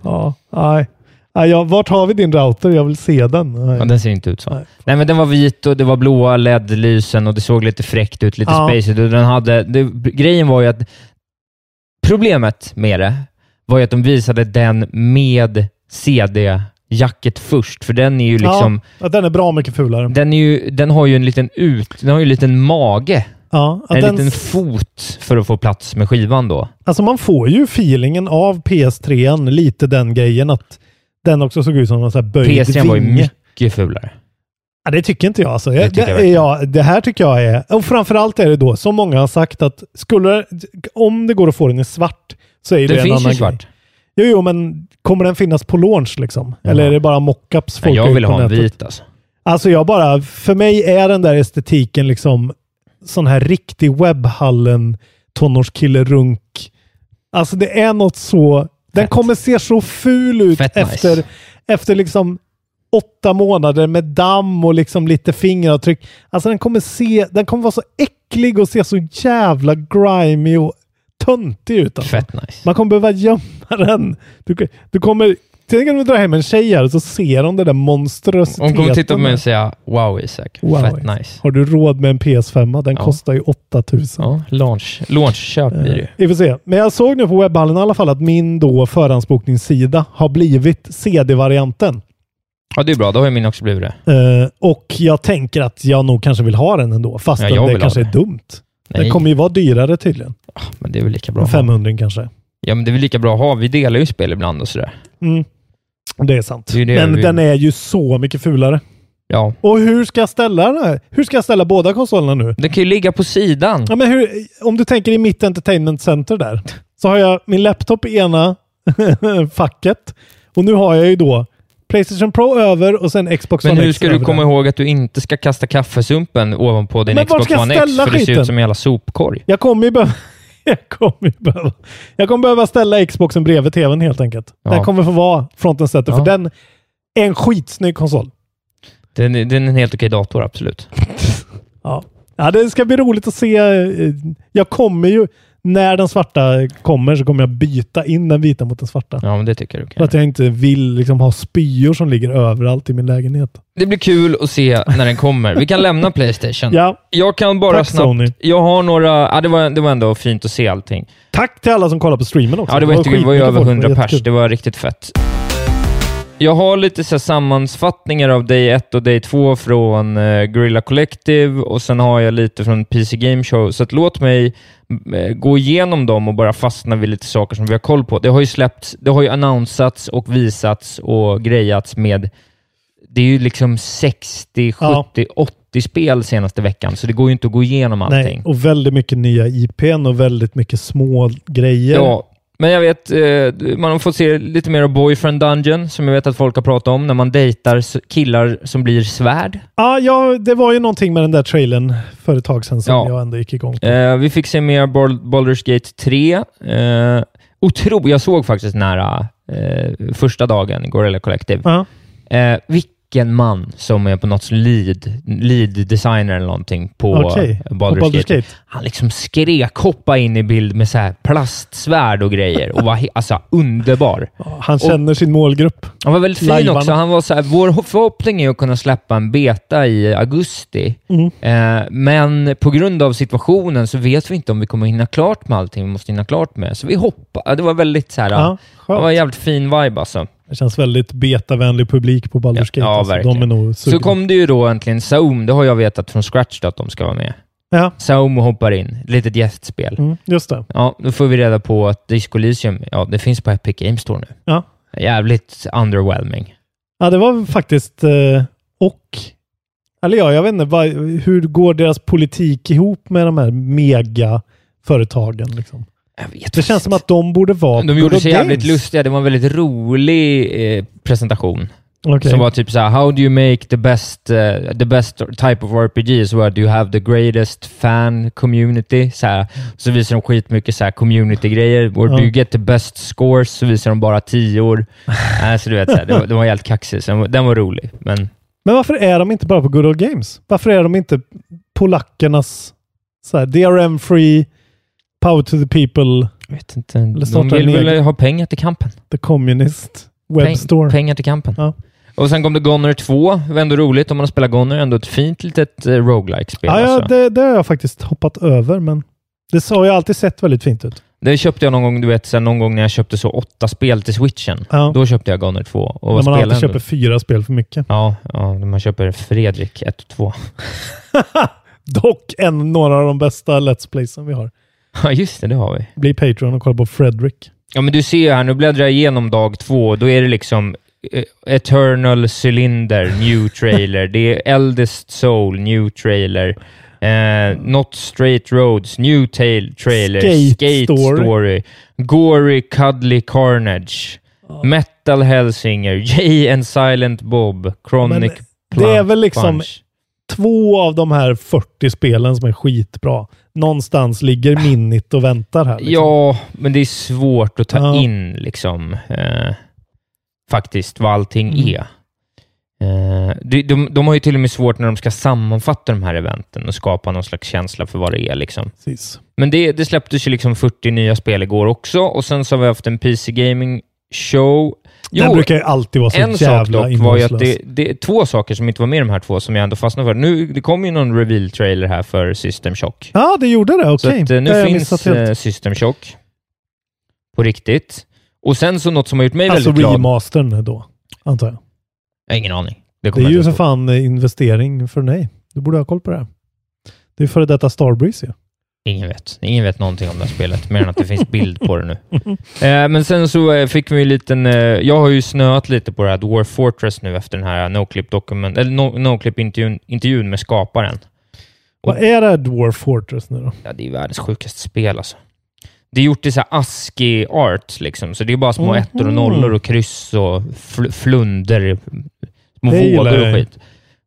ja, nej. Nej, ja, vart har vi din router? Jag vill se den. Nej. Ja, den ser inte ut så. Nej. Nej. men den var vit och det var blåa LED-lysen och det såg lite fräckt ut, lite Ja. spacet och den hade... Det, grejen var ju att... Problemet med det var ju att de visade den med CD-jacket först, för den är ju liksom... ja, ja, den är bra mycket fulare. Den, är ju, den har ju en liten ut... Den har ju en liten mage. Ja, att en den, liten fot för att få plats med skivan då. alltså man får ju feelingen av PS3, an, lite den grejen att den också såg ut som en sån här böjd PS3 var ju vinge. mycket fulare. Ja, det tycker inte jag. Alltså. Det Jag, tycker det, jag är jag det här tycker jag är... Och framförallt är det då, som många har sagt, att skulle, om det går att få den i svart så är det, Den en finns annan ju svart. Grej. Jo, jo, men kommer den finnas på launch liksom? Eller Ja. är det bara mockups folk Nej, jag har vill gjort på ha en nätet? vit alltså. Alltså jag bara, för mig är den där estetiken liksom sån här riktig webbhallen tonårskille runk. Alltså det är något så, den Fett. kommer se så ful ut Fett nice. efter, efter liksom åtta månader med damm och liksom lite fingeravtryck. Alltså den kommer se, den kommer vara så äcklig och se så jävla grimy och töntig ut. Alltså. Fett nice. Man kommer behöva gömma den. Du, du kommer, sen kan du dra hem en tjej här och så ser hon den där monstrositeten. Hon kommer titta på mig där. och säga “Wow Isak, Wow, fett Isak." nice”. Har du råd med en PS5? Den Ja. kostar ju 8000. Ja, launch. Launchköp blir det ju. Vi får se. Men jag såg nu på webbhallen i alla fall att min då förhandsbokningssida har blivit CD-varianten. Ja, det är bra. Då har ju min också blivit det. Eh, och jag tänker att jag nog kanske vill ha den ändå, fastän Ja, jag vill det ha kanske det. är dumt. Nej, Ah, Den kommer ju vara dyrare tydligen. men det är väl lika bra. En att ha. 500 kanske. Ja, men det är väl lika bra att ha. Vi delar ju spel ibland och sådär. Mm. Det är sant. Det är ju det Men vi- den är ju så mycket fulare. Ja. Och hur ska jag ställa den här? Hur ska jag ställa båda konsolerna nu? Den kan ju ligga på sidan. Ja, men hur, om du tänker i mitt entertainment center där, så har jag min laptop i ena facket och nu har jag ju då Playstation Pro över och sen Xbox Men One hur X ska du över komma där. ihåg att du inte ska kasta kaffesumpen ovanpå din Men vart Xbox ska jag One X? ställa För det ser skiten? ut som en jävla sopkorg. Jag kommer ju behöva... Jag kommer, ju behöva, jag kommer behöva ställa Xboxen bredvid tvn helt enkelt. Ja. Den kommer få vara front and center, Ja. för den är en skitsnygg konsol. Den, är- den är en helt okej dator, absolut. Ja. ja, det ska bli roligt att se. eh, Jag kommer ju, när den svarta kommer så kommer jag byta in den vita mot den svarta. Ja, men det tycker jag du För kan. att jag inte vill liksom ha spyor som ligger överallt i min lägenhet. Det blir kul att se när den kommer. Vi kan lämna Playstation. Ja, Jag kan bara Tack, snabbt... Sony. Jag har några... Ja, det, var, det var ändå fint att se allting. tack till alla som kollar på streamen också. Ja, det var jättekul. Det var ju skitmycket över folk, det 100 pers. jättekul. Det var riktigt fett. Jag har lite så här sammanfattningar av Day 1 och Day 2 från eh, Guerrilla Collective och sen har jag lite från PC Game Show. Så att låt mig eh, gå igenom dem och bara fastna vid lite saker som vi har koll på. Det har ju släppts, det har ju annonsats och visats och grejats med... Det är ju liksom 60, 70, Ja. 80 spel senaste veckan, så det går ju inte att gå igenom allting. Nej, och väldigt mycket nya IPn och väldigt mycket små grejer. Ja, men jag vet, eh, man har fått se lite mer av Boyfriend Dungeon, som jag vet att folk har pratat om, när man dejtar s- killar som blir svärd. Ja, ja, det var ju någonting med den där trailern för ett tag sedan som Ja. jag ändå gick igång på. Eh, vi fick se mer Bal- Baldur's Gate 3. Eh, otro, jag såg faktiskt nära eh, första dagen, Gorilla Collective. Ja. Eh, vilken man som är på något lead, lead designer eller någonting på Okej, eh, på Baldur's, Baldur's Gate. Gate. Han liksom skrek, hoppa in i bild med så här plastsvärd och grejer och var he- alltså underbar. Han känner sin målgrupp. Han var väldigt fin Lajvarna. också. Han var så här, vår ho- förhoppning är att kunna släppa en beta i augusti, Mm. eh, men på grund av situationen så vet vi inte om vi kommer hinna klart med allting vi måste hinna klart med. Så vi hoppas. Ja, Det var väldigt så här, Ja, det skönt. var en jävligt fin vibe alltså. Det känns väldigt betavänlig publik på Baldur's Gate. Ja, alltså. verkligen. De är nog Så sugna. kom det ju då äntligen Saum, det har jag vetat från scratch då, att de ska vara med. Ja, Saum hoppar in, litet gästspel. mm, just det. Ja, då får vi reda på att Disco Elysium, ja det finns på Epic Games Store nu. Ja. Jävligt underwhelming. Ja, det var faktiskt... Eh, och... Eller ja, jag vet inte. Vad, hur går deras politik ihop med de här megaföretagen? Liksom? Jag vet Det känns som att de borde vara... De gjorde Good sig jävligt Games. lustiga. Det var en väldigt rolig eh, presentation. Okej. Som var typ så här: how do you make the best, eh, the best type of RPGs where do you have the greatest fan community? Så, här, så visar de skitmycket så här community-grejer. Where do Ja. you get the best scores? Så visar de bara tior. äh, så du vet, så här, det, var, det var helt kaxigt. Så Den var, den var rolig. Men Men varför är de inte bara på Good Old Games? Varför är de inte polackernas så här, DRM free, power to the people, jag vet inte. De starta vill en väl egen- ha pengar till kampen. the communist Peng- webstore? Pengar till kampen. Ja. Och sen kom det Goner 2. Det var ändå roligt om man har spelat Goner. Ändå ett fint litet eh, roguelike-spel. Ja, alltså. ja, det, det har jag faktiskt hoppat över, men det så har jag alltid sett väldigt fint ut. Det köpte jag någon gång, du vet, sen någon gång när jag köpte så åtta spel till switchen. Ja. Då köpte jag Goner 2. Och När vad man spelade alltid jag köper då? fyra spel för mycket. Ja, ja, när man köper Fredrik 1 och 2. Dock en, några av de bästa Let's Playsen vi har. Ja, just det, det har vi. Bli Patreon och kolla på Fredrik. Ja, men du ser ju här, nu bläddrar jag igenom dag två. Då är det liksom eh, Eternal Cylinder, new trailer. det är Eldest Soul, new trailer. Eh, Not Straight Roads, new tail trailer. Skate Story. Story. Gory Cuddly Carnage. Metal Hellsinger, Jay and Silent Bob, Chronic Men det är Pla- väl liksom- Punch. Två av de här 40 spelen som är skitbra. Någonstans ligger Minit och väntar här. liksom. Ja, men det är svårt att ta Ja. in liksom eh, faktiskt vad allting Mm. är. Eh, de, de, de har ju till och med svårt när de ska sammanfatta de här eventen och skapa någon slags känsla för vad det är. Liksom. Precis. Men det, det släpptes ju liksom 40 nya spel igår också och sen så har vi haft en PC Gaming Show. Den brukar ju alltid vara så en sak jävla dock var ju att innehållslös. det, det är två saker som inte var med i de här två som jag ändå fastnade för. Nu, det kom ju någon reveal-trailer här för System Shock. Ja, det gjorde det. Så Okej. att, eh, Det har nu jag finns missat helt. eh, System Shock på riktigt. Och sen så något som har gjort mig Alltså väldigt glad. remastern då, antar jag. Jag har ingen aning. Det, Det kommer är ju jag för inte ihåg. fan eh, investering för dig. Du borde ha koll på det här. Det är före detta Starbreeze ju. Ingen vet. Ingen vet någonting om det här spelet, mer än att det finns bild på det nu. Eh, men sen så eh, fick vi ju en liten... Eh, jag har ju snöat lite på det här Dwarf Fortress nu efter den här NoClip-dokument... Eller no, NoClip-intervjun intervjun med skaparen. Vad är det här Dwarf Fortress nu då? Ja, det är världens sjukaste spel alltså. Det är gjort i så här ASCII art liksom, så det är bara små Mhm. ettor och nollor och kryss och fl- flunder, små Det gillar vågor och jag. skit.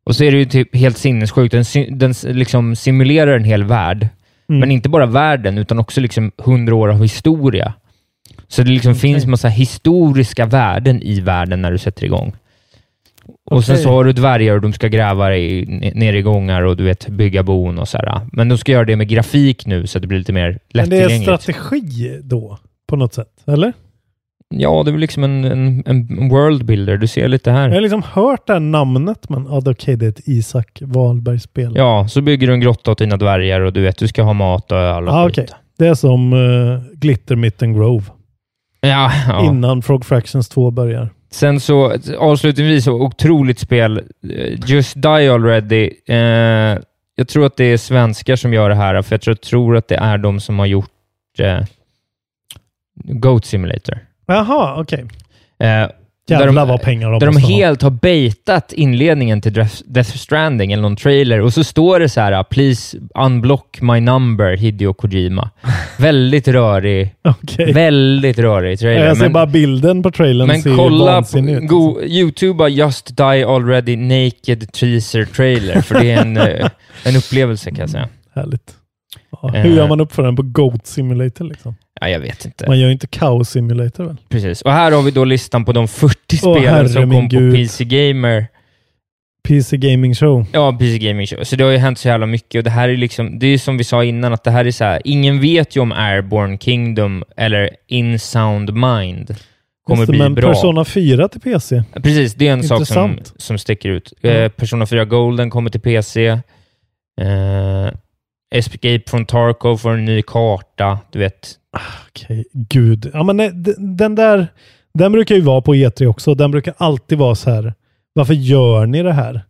Och så är det ju typ helt sinnessjukt. Den, sy- den s- liksom simulerar en hel värld, Mm. men inte bara världen, utan också liksom hundra år av historia. Så det liksom finns massa historiska värden i världen när du sätter igång. Och sen Okej. så har du dvärgar och de ska gräva i, ner i gångar och du vet, bygga bon och sådär. Men de ska göra det med grafik nu så att det blir lite mer Men det är lättillgängligt. strategi då, på något sätt? Eller? ja, det är väl liksom en, en, en world builder. Du ser lite Jag här. har liksom hört det här namnet, men ja, det- okej, det är ett Isak Wahlberg-spel. Ja, så bygger du en grotta åt dina dvärgar och du vet, du ska ha mat och öl och Ah, skit. okej. Det är som uh, Glitter Mitten Grove, Ja, ja. innan Frog Fractions 2 börjar. Sen så avslutningsvis, så otroligt spel. Eh, Just Die Already. Eh, jag tror att det är svenskar som gör det här, för jag tror, tror att det är de som har gjort eh, Goat Simulator. Jaha, okej. Eh, Jävlar vad pengar de där de måste ha. helt har baitat inledningen till Death, Death Stranding eller någon trailer och så står det så här "Ah, “Please unblock my number, Hideo Kojima”. väldigt rörig, Okej. väldigt rörig trailer. Jag ser men- bara bilden på trailern. men ser ju kolla på vansinnig ut. alltså. go, YouTubea Just Die Already Naked Teaser Trailer, för det är en, eh, en upplevelse kan jag säga. liksom. Härligt. Ja, Eh. hur gör man upp för den på Goat Simulator? Liksom? Ja, jag vet inte. Man gör ju inte Cow Simulator väl? Precis. Och här har vi då listan på de 40 Åh, spelen herre som min kom på Gud. PC Gamer. PC Gaming Show. Ja, PC Gaming Show. Så det har ju hänt så jävla mycket och det här är liksom, det är som vi sa innan, att det här är så här, ingen vet ju om Airborne Kingdom eller In Sound Mind kommer Just det, bli men bra. Persona 4 till PC. Precis, det är en sak som, Intressant. som sticker ut. Mm. Eh, Persona 4 Golden kommer till PC. Eh, Escape from Tarkov får en ny karta. Du vet, Okej, gud. Ja, men nej, d- den där den brukar ju vara på E3 också. Den brukar alltid vara så här. Varför gör ni det här?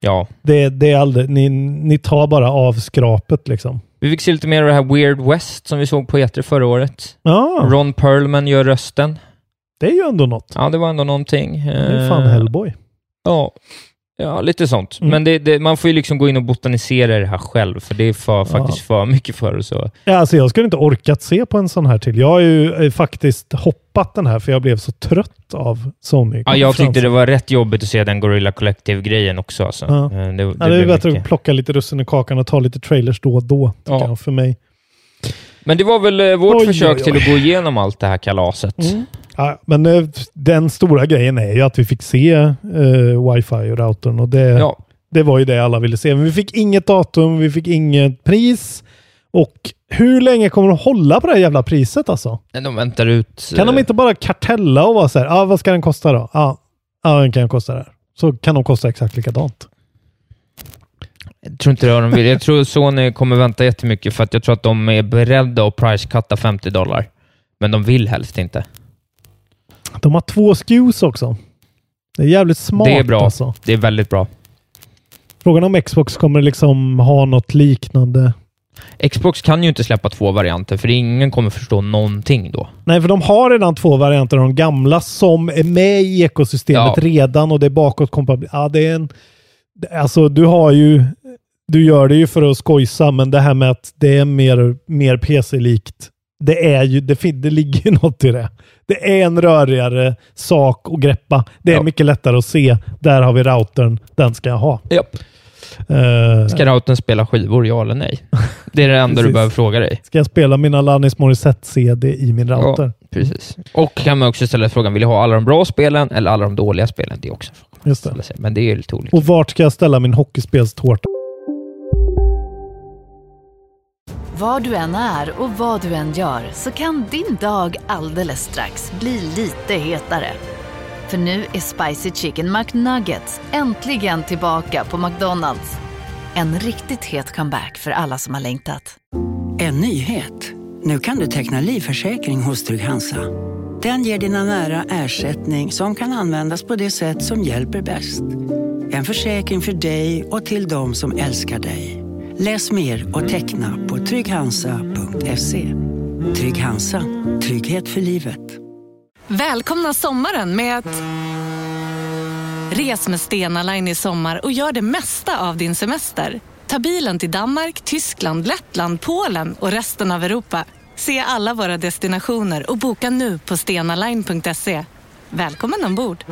ja. Det, det är aldrig, ni, ni tar bara avskrapet liksom. Vi fick se lite mer av det här Weird West som vi såg på E3 förra året. Ja, Ron Perlman gör rösten. det är ju ändå något. Ja, det var ändå någonting. Det är fan Eh, Hellboy. Ja, ja lite sånt. Mm. Men det, det, man får ju liksom gå in och botanisera i det här själv, för det är för, faktiskt för mycket för oss. att- Ja, alltså jag skulle inte orkat se på en sån här till. Jag har ju eh, faktiskt hoppat den här för jag blev så trött av Sony. Ja, jag tyckte det var rätt jobbigt att se den Gorilla Collective-grejen också. Alltså. Ja. Eh, Det, det, Ja, det är blev ju bättre mycket. att plocka lite russin i kakan och ta lite trailers då och då, tycker Ja. jag, för mig. Men det var väl eh, vårt Oj, försök oj, Mm. oj. till att gå igenom allt det här kalaset. Ja, men eh, den stora grejen är ju att vi fick se eh, wifi och routern och det, Ja, det var ju det alla ville se. Men vi fick inget datum, vi fick inget pris. Och hur länge kommer de hålla på det här jävla priset alltså? men de väntar ut... Kan de eh, inte bara kartella och vara så här, ah, vad ska den kosta då? Ja, ah, ah, den kan kosta det här. Så kan de kosta exakt likadant. Jag tror inte det de vill. Jag tror Sony kommer vänta jättemycket, för att jag tror att de är beredda att price-cutta 50 dollar. Men de vill helst inte. De har två SKUs också. Det är jävligt smart det är bra. alltså. Det är väldigt bra. Frågan om Xbox kommer liksom ha något liknande. Xbox kan ju inte släppa två varianter, för ingen kommer förstå någonting då. Nej, för de har redan två varianter av de gamla som är med i ekosystemet Ja. redan och det är bakåtkompatibelt. Ja, det är en... Alltså, du har ju... Du gör det ju för att skojsa, men det här med att det är mer, mer PC-likt. Det är ju... Det, fin- det ligger ju något i det. Det är en rörigare sak att greppa. Det är Ja. mycket lättare att se. Där har vi routern. Den ska jag ha. Japp. Eh, Ska routern spela skivor, ja eller nej? Det är det enda du Precis. behöver fråga dig. ska jag spela mina Lannis Morissette-CD i min router? Precis. Och kan man också ställa frågan, vill jag ha alla de bra spelen eller alla de dåliga spelen? Det är också en fråga. Just det. att ställa sig, Men det är ju lite olika. Och vart ska jag ställa min hockeyspelstårta? Var du än är och vad du än gör så kan din dag alldeles strax bli lite hetare. För nu är Spicy Chicken McNuggets äntligen tillbaka på McDonalds. En riktigt het comeback för alla som har längtat. En nyhet. Nu kan du teckna livförsäkring hos Trygg-Hansa. Den ger dina nära ersättning som kan användas på det sätt som hjälper bäst. En försäkring för dig och till de som älskar dig. Läs mer och teckna på trygghansa.se. Trygg Hansa, trygghet för livet. Välkomna sommaren med att... Res med Stena Line i sommar och gör det mesta av din semester. Ta bilen till Danmark, Tyskland, Lettland, Polen och resten av Europa. Se alla våra destinationer och boka nu på stenaline.se. Välkommen ombord!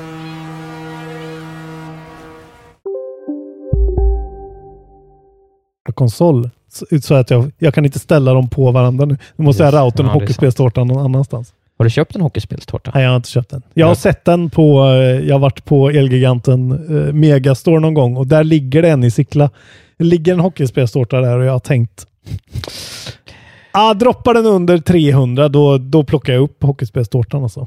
konsol. Så, så att jag, jag kan inte ställa dem på varandra nu. Nu måste Just- jag routern och ja, det är hockeyspelstårtan någon annanstans. Har du köpt en hockeyspelstårta? Nej, jag har inte köpt den. Jag har Nej. sett den på, eh, jag har varit på Elgiganten eh, Megastore någon gång och där ligger det en i Sickla. Det ligger en hockeyspelstårta där och jag har tänkt Ah, droppar den under 300 då, då plockar jag upp hockeyspelstårtan alltså.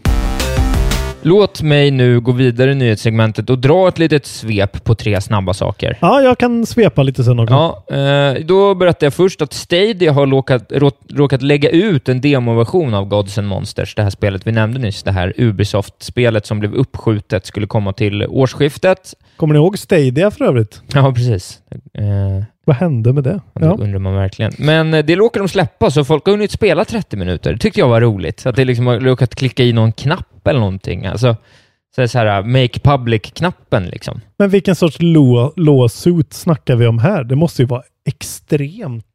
Låt mig nu gå vidare i nyhetssegmentet och dra ett litet svep på tre snabba saker. Ja, jag kan svepa lite sen också. Ja, eh, då berättade jag först att Stadia har råkat, råk- råkat lägga ut en demoversion av Gods and Monsters, det här spelet vi nämnde nyss, det här Ubisoft-spelet som blev uppskjutet, skulle komma till årsskiftet. Kommer ni ihåg Stadia för övrigt? Ja, precis. Eh, Vad hände med det? det Ja. undrar man verkligen. Men eh, det råkar de släppa, så folk har hunnit spela 30 minuter. Det tyckte jag var roligt. Att det liksom har råkat klicka i någon knapp eller någonting. Alltså, så är det så här, uh, make public-knappen liksom. Men vilken sorts law- lawsuit snackar vi om här? Det måste ju vara extremt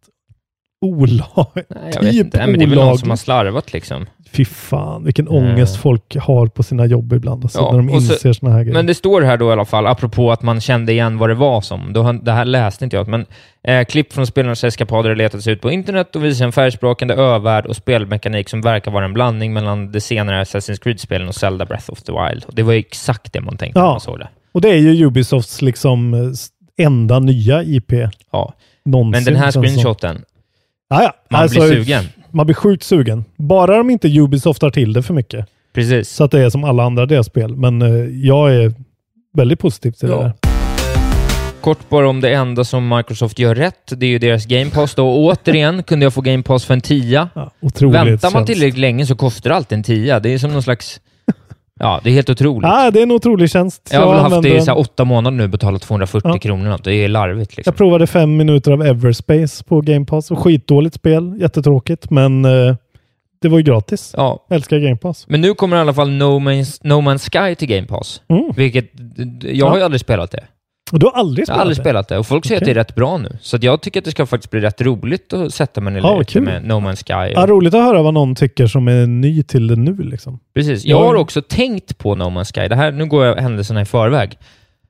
olagligt. Nej, jag vet inte. Nej, men det är väl någon som har slarvat liksom. Fy fan, vilken ångest Eh. folk har på sina jobb ibland. Alltså, Ja, när de och så- inser såna här grejer. Men det står här då i alla fall, apropå att man kände igen vad det var som. Då, han- det här läste inte jag, men eh, klipp från spelarnas eskapader har letats ut på internet och visar en färgsprakande övärld och spelmekanik som verkar vara en blandning mellan de senare Assassin's Creed-spelen och Zelda Breath of the Wild. Och det var ju exakt det man tänkte Ja. när man såg det. Och det är ju Ubisofts liksom eh, s- enda nya IP Ja. någonsin. Men den här känns det som. screenshoten, Ja, ja. man blir sugen. Man blir sjukt sugen. Bara de inte Ubisoftar till det för mycket. Precis. Så att det är som alla andra deras spel. Men eh, jag är väldigt positiv till Ja. det där. Kort bara om det enda som Microsoft gör rätt, det är ju deras Game Pass då. Och återigen kunde jag få Game Pass för en tia. Ja, otroligt Väntar man tjänst. tillräckligt länge så kostar det alltid en tia. Det är som någon slags... Ja, det är helt otroligt. Ja, det är en otrolig tjänst. jag har väl haft använder det i den. så här åtta månader nu och betalat 240 Ja. kronor. eller något. Det är larvigt liksom. Jag provade fem minuter av Everspace på Game Pass. Och skitdåligt spel, jättetråkigt, men eh, det var ju gratis. Ja. Jag älskar Game Pass. Men nu kommer i alla fall No Man's, no Man's Sky till Game Pass. Mm. Vilket, jag har ju aldrig spelat det. Och du har aldrig Jag spelat har aldrig det? spelat det och folk säger Okej. att det är rätt bra nu. Så att jag tycker att det ska faktiskt bli rätt roligt att sätta mig ner Ja, vad lite kul. med No Man's Sky. Ja, roligt att höra vad någon tycker som är ny till det nu. Liksom. Precis. Jag Jag- har också tänkt på No Man's Sky. Det här, nu går jag händelserna i förväg.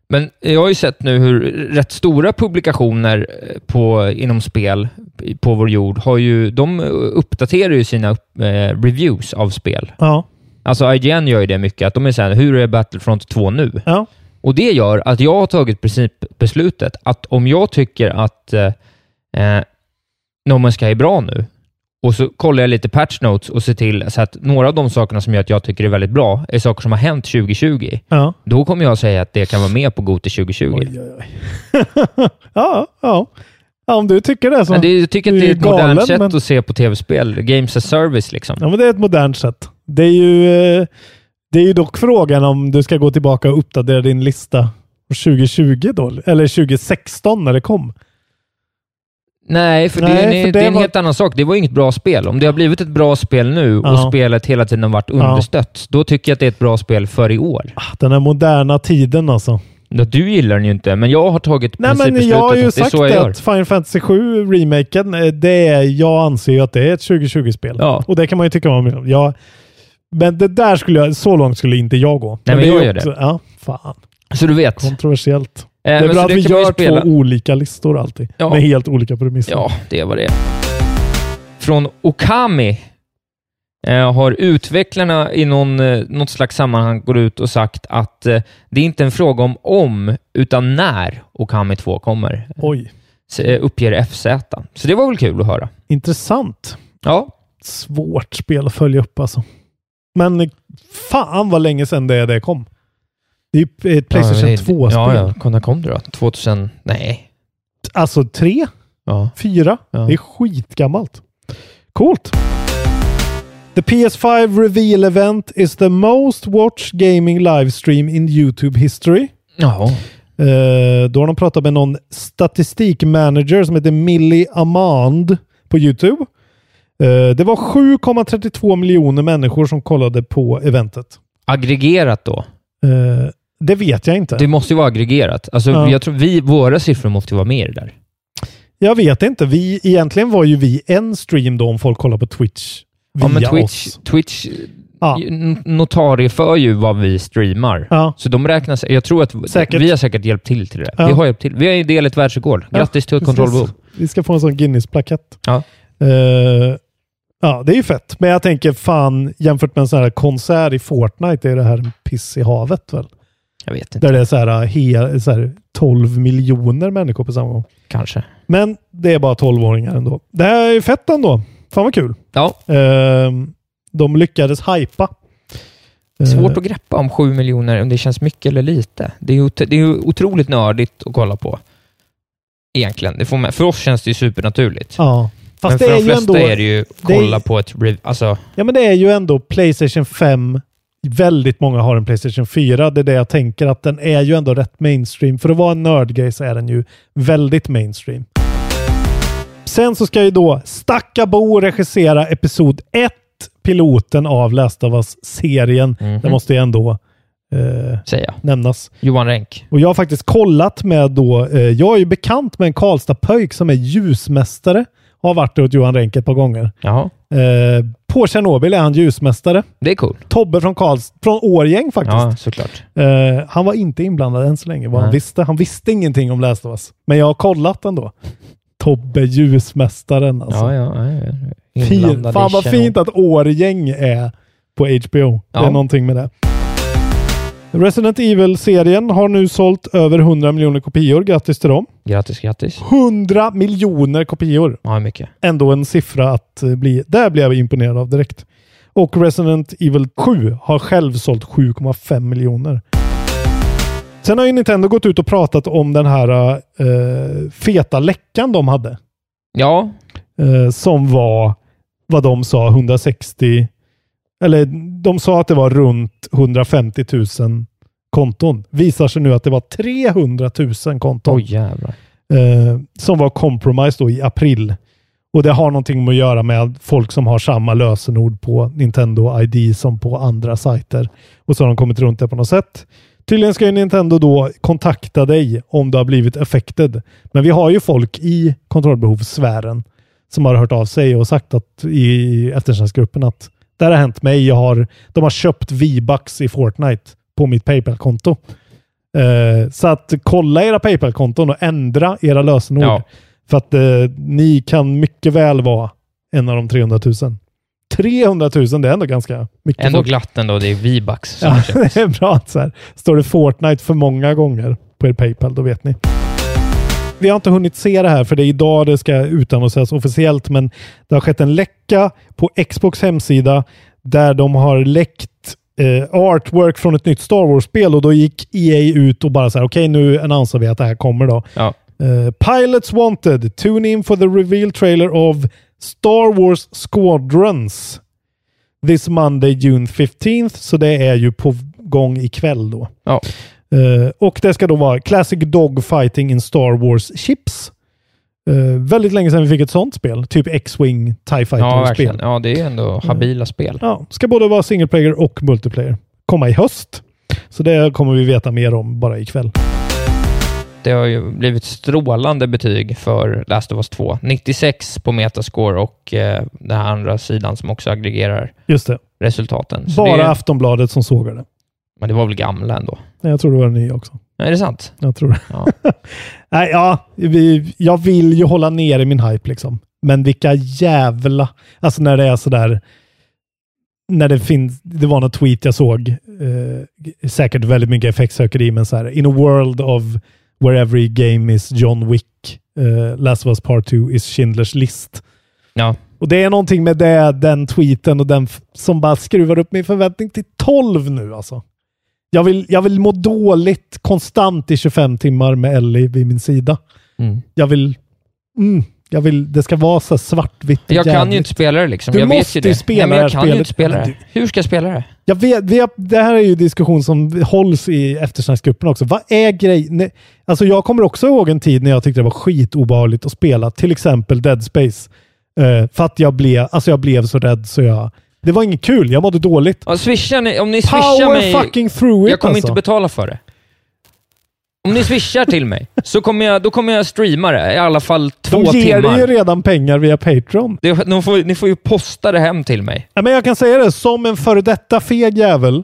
Men jag har ju sett nu hur rätt stora publikationer eh, på, inom spel på vår jord har ju, de uppdaterar ju sina eh, reviews av spel. Ja, Alltså IGN gör ju det mycket, att de är såhär, hur är Battlefront 2 nu? ja. Och det gör att jag har tagit principbeslutet att om jag tycker att eh, eh, No Man's Sky är bra nu, och så kollar jag lite patch notes och ser till så att några av de sakerna som gör att jag tycker det är väldigt bra är saker som har hänt 2020. ja. Då kommer jag säga att det kan vara med på Goti 2020. Oj, oj, oj. ja, ja. ja, om du tycker det så. Men det, jag tycker Du att det är är ett galen, modernt sätt men- att se på tv-spel. Games as service liksom. Ja, men det är ett modernt sätt. Det är ju, eh, det är ju dock frågan om du ska gå tillbaka och uppdatera din lista 2020 då, eller 2016 när det kom. Nej, för, det, är Nej, en, för det det är en var- helt annan sak. Det var ju inget bra spel. Om det har blivit ett bra spel nu och Ja. spelet hela tiden har varit Ja. understött, då tycker jag att det är ett bra spel för i år. Ah, Den här moderna tiden alltså. Ja, du gillar den ju inte, men jag har tagit Nej, men principbeslutet jag har ju att det är sagt så jag gör. att Final Fantasy 7 remaken, eh, det är, jag anser ju att det är ett 2020-spel. Ja. Och det kan man ju tycka om. Jag, men det där skulle jag, så långt skulle inte jag gå. Nej, men är jag ju gör det. också- Ja, fan. Så du vet. Kontroversiellt. Eh, det men är så bra att det vi kan man ju gör spela. två olika listor alltid. Ja. Med helt olika premisser. Ja, det var det är. Från Okami eh, har utvecklarna i någon, eh, något slags sammanhang går ut och sagt att eh, det är inte en fråga om om, utan när Okami 2 kommer, Oj, Så, eh, uppger FZ. Så det var väl kul att höra. intressant. Ja, Svårt spel att följa upp alltså. Men eh, fan vad länge sedan det, det kom. Det är ju ett Playstation ja, det- 2-spel. Ja, ja. Kom, när kom det då? 2000? Nej. Alltså tre, Ja. fyra. Ja. Det är skitgammalt. Coolt. The PS5 reveal event is the most watched gaming livestream in YouTube history. Ja. Eh, då har de pratat med någon statistikmanager som heter Millie Amand på YouTube. Eh, det var 7,32 miljoner människor som kollade på eventet. Aggregerat då? Eh, det vet jag inte. Det måste ju vara aggregerat. Alltså, Ja. jag tror vi, våra siffror måste ju vara med i det där. Jag vet inte. Vi, egentligen var ju vi en stream då om folk kollar på Twitch via Ja, men Twitch, oss. Twitch Ja. n- notarieför ju vad vi streamar. Ja. Så de räknas. Jag tror att Säkert. vi har säkert hjälpt till till det. där. Ja. Vi har hjälpt till. Vi är ju del i ett världsrekord. Ja, Grattis till precis. kontrollbehov. Vi ska få en sån Guinness-plakett. Ja. Eh, ja, det är ju fett. Men jag tänker fan, jämfört med en sån här konsert i Fortnite, är det här en piss i havet väl? Jag vet inte. Där det är så här, eh, he, så här 12 miljoner människor på samma gång. Kanske. Men det är bara 12-åringar ändå. Det här är ju fett ändå. Fan vad kul. Ja, Eh, de lyckades hypa. Eh, svårt att greppa om sju miljoner, om det känns mycket eller lite. Det är ju, ot- det är ju otroligt nördigt att kolla på. Egentligen. Det får man, för oss känns det ju supernaturligt. Ja. Fast men det för är de ju flesta ändå... är det ju kolla är- på ett... rev- Alltså, Ja, men det är ju ändå Playstation 5. Väldigt många har en Playstation 4. Det är det jag tänker att den är ju ändå rätt mainstream. För att vara en nördgrej så är den ju väldigt mainstream. Sen så ska ju då Stackabo regissera episod 1, piloten av Last of Us-serien. Mhm. Det måste ju ändå eh, säger jag. nämnas. Johan Renck. Och jag har faktiskt kollat med då, eh, jag är ju bekant med en Karlstad-pöjk som är ljusmästare. Har varit åt Johan Renck ett par gånger. Jaha. Eh, på Tjernobyl är han ljusmästare. Det är cool. Tobbe från Karls, från Årgäng Ja, faktiskt. såklart. Eh, han var inte inblandad än så länge vad han Nej. visste. Han visste ingenting om Last of Us. Men jag har kollat ändå. Tobbe ljusmästaren alltså. Ja, ja, ja, ja. Fin. Inblandad i Fan vad Tjernobyl. fint att Årgäng är på HBO. Det Ja. är någonting med det. Resident Evil-serien har nu sålt över 100 miljoner kopior. Grattis till dem. Grattis, grattis. 100 miljoner kopior! Ja, mycket. ändå en siffra att eh, bli... Där blev jag imponerad av direkt. Och Resident Evil 7 har själv sålt 7,5 miljoner. Sen har ju Nintendo gått ut och pratat om den här eh, feta läckan de hade. Ja, Eh, som var vad de sa 160... Eller de sa att det var runt 150 000 konton. Visar sig nu att det var 300 000 konton oj jävlar. eh, som var compromised då i april. Och det har någonting med att göra med folk som har samma lösenord på Nintendo ID som på andra sajter. Och så har de kommit runt det på något sätt. Tydligen ska ju Nintendo då kontakta dig om du har blivit affected. Men vi har ju folk i kontrollbehovssfären som har hört av sig och sagt att i eftertjänstgruppen att det här har hänt mig. Jag har, de har köpt V-bucks i Fortnite på mitt Paypal-konto. Eh, så att kolla era Paypal-konton och ändra era lösenord. Ja. För att eh, ni kan mycket väl vara en av de 300 000. 300 000, det är ändå ganska mycket Ändå folk. glatt ändå. Det är V-bucks. som Ja, köper. det är bra. att Så här. Står det Fortnite för många gånger på er Paypal, då vet ni. Vi har inte hunnit se det här, för det är idag det ska utannonseras officiellt, men det har skett en läcka på Xbox hemsida där de har läckt eh, artwork från ett nytt Star Wars-spel och då gick EA ut och bara så här, okej nu annonserar vi att det här kommer då. Ja. Eh, Pilots Wanted, tune in for the reveal trailer of Star Wars Squadrons this Monday June 15th. Så det är ju på gång ikväll då. Ja. Eh, och det ska då vara Classic Dogfighting in Star Wars Chips. Eh, väldigt länge sedan vi fick ett sånt spel. Typ X-Wing TIE Ja, Fighter-spel. verkligen. Ja, det är ändå Mm. habila spel. Ja, ska både vara single player och multiplayer. Komma i höst. Så det kommer vi veta mer om bara ikväll. Det har ju blivit strålande betyg för Last of Us 2. 96 på Metascore och eh, den här andra sidan som också aggregerar Just det. resultaten. Så Bara Det, Aftonbladet som sågar det. men det var väl gamla ändå? Nej, Jag tror det var den nya också. Ja, är det sant? Jag tror det. Ja. Nej, ja, vi, jag vill ju hålla nere min hype liksom. Men vilka jävla... Alltså när det är sådär... När det finns... Det var något tweet jag såg. Eh, säkert väldigt mycket effektsökeri, men så här. In a world of where every game is John Wick, eh, Last of Us Part 2 is Schindler's List. Ja. Och det är någonting med det, den tweeten och den f- som bara skruvar upp min förväntning till 12 nu alltså. Jag vill, jag vill må dåligt konstant i 25 timmar med Ellie vid min sida. Mm. Jag vill... Mm, Jag vill, det ska vara så här svartvitt och Jag kan ju jävligt. inte spela det liksom. Du jag vet måste ju det. ju spela Nej, men det jag här kan ju spelet. inte spela Men det. Hur ska jag spela det? Jag vet, vi har, det här är ju diskussion som hålls i eftersnacksgruppen också. Vad är grejen? Alltså jag kommer också ihåg en tid när jag tyckte det var skitobehagligt att spela till exempel Dead Space. Eh, för att jag blev, alltså jag blev så rädd så jag... Det var inget kul, jag mådde dåligt. Ja, swisha ni, om ni swishar Power mig... fucking through it Jag kommer alltså. inte betala för det. Om ni swishar till mig, så kommer jag, då kommer jag streama det i alla fall två De ger dig timmar. ju redan pengar via Patreon. Det, de får, ni får ju posta det hem till mig. Ja, men jag kan säga det, som en före detta feg jävel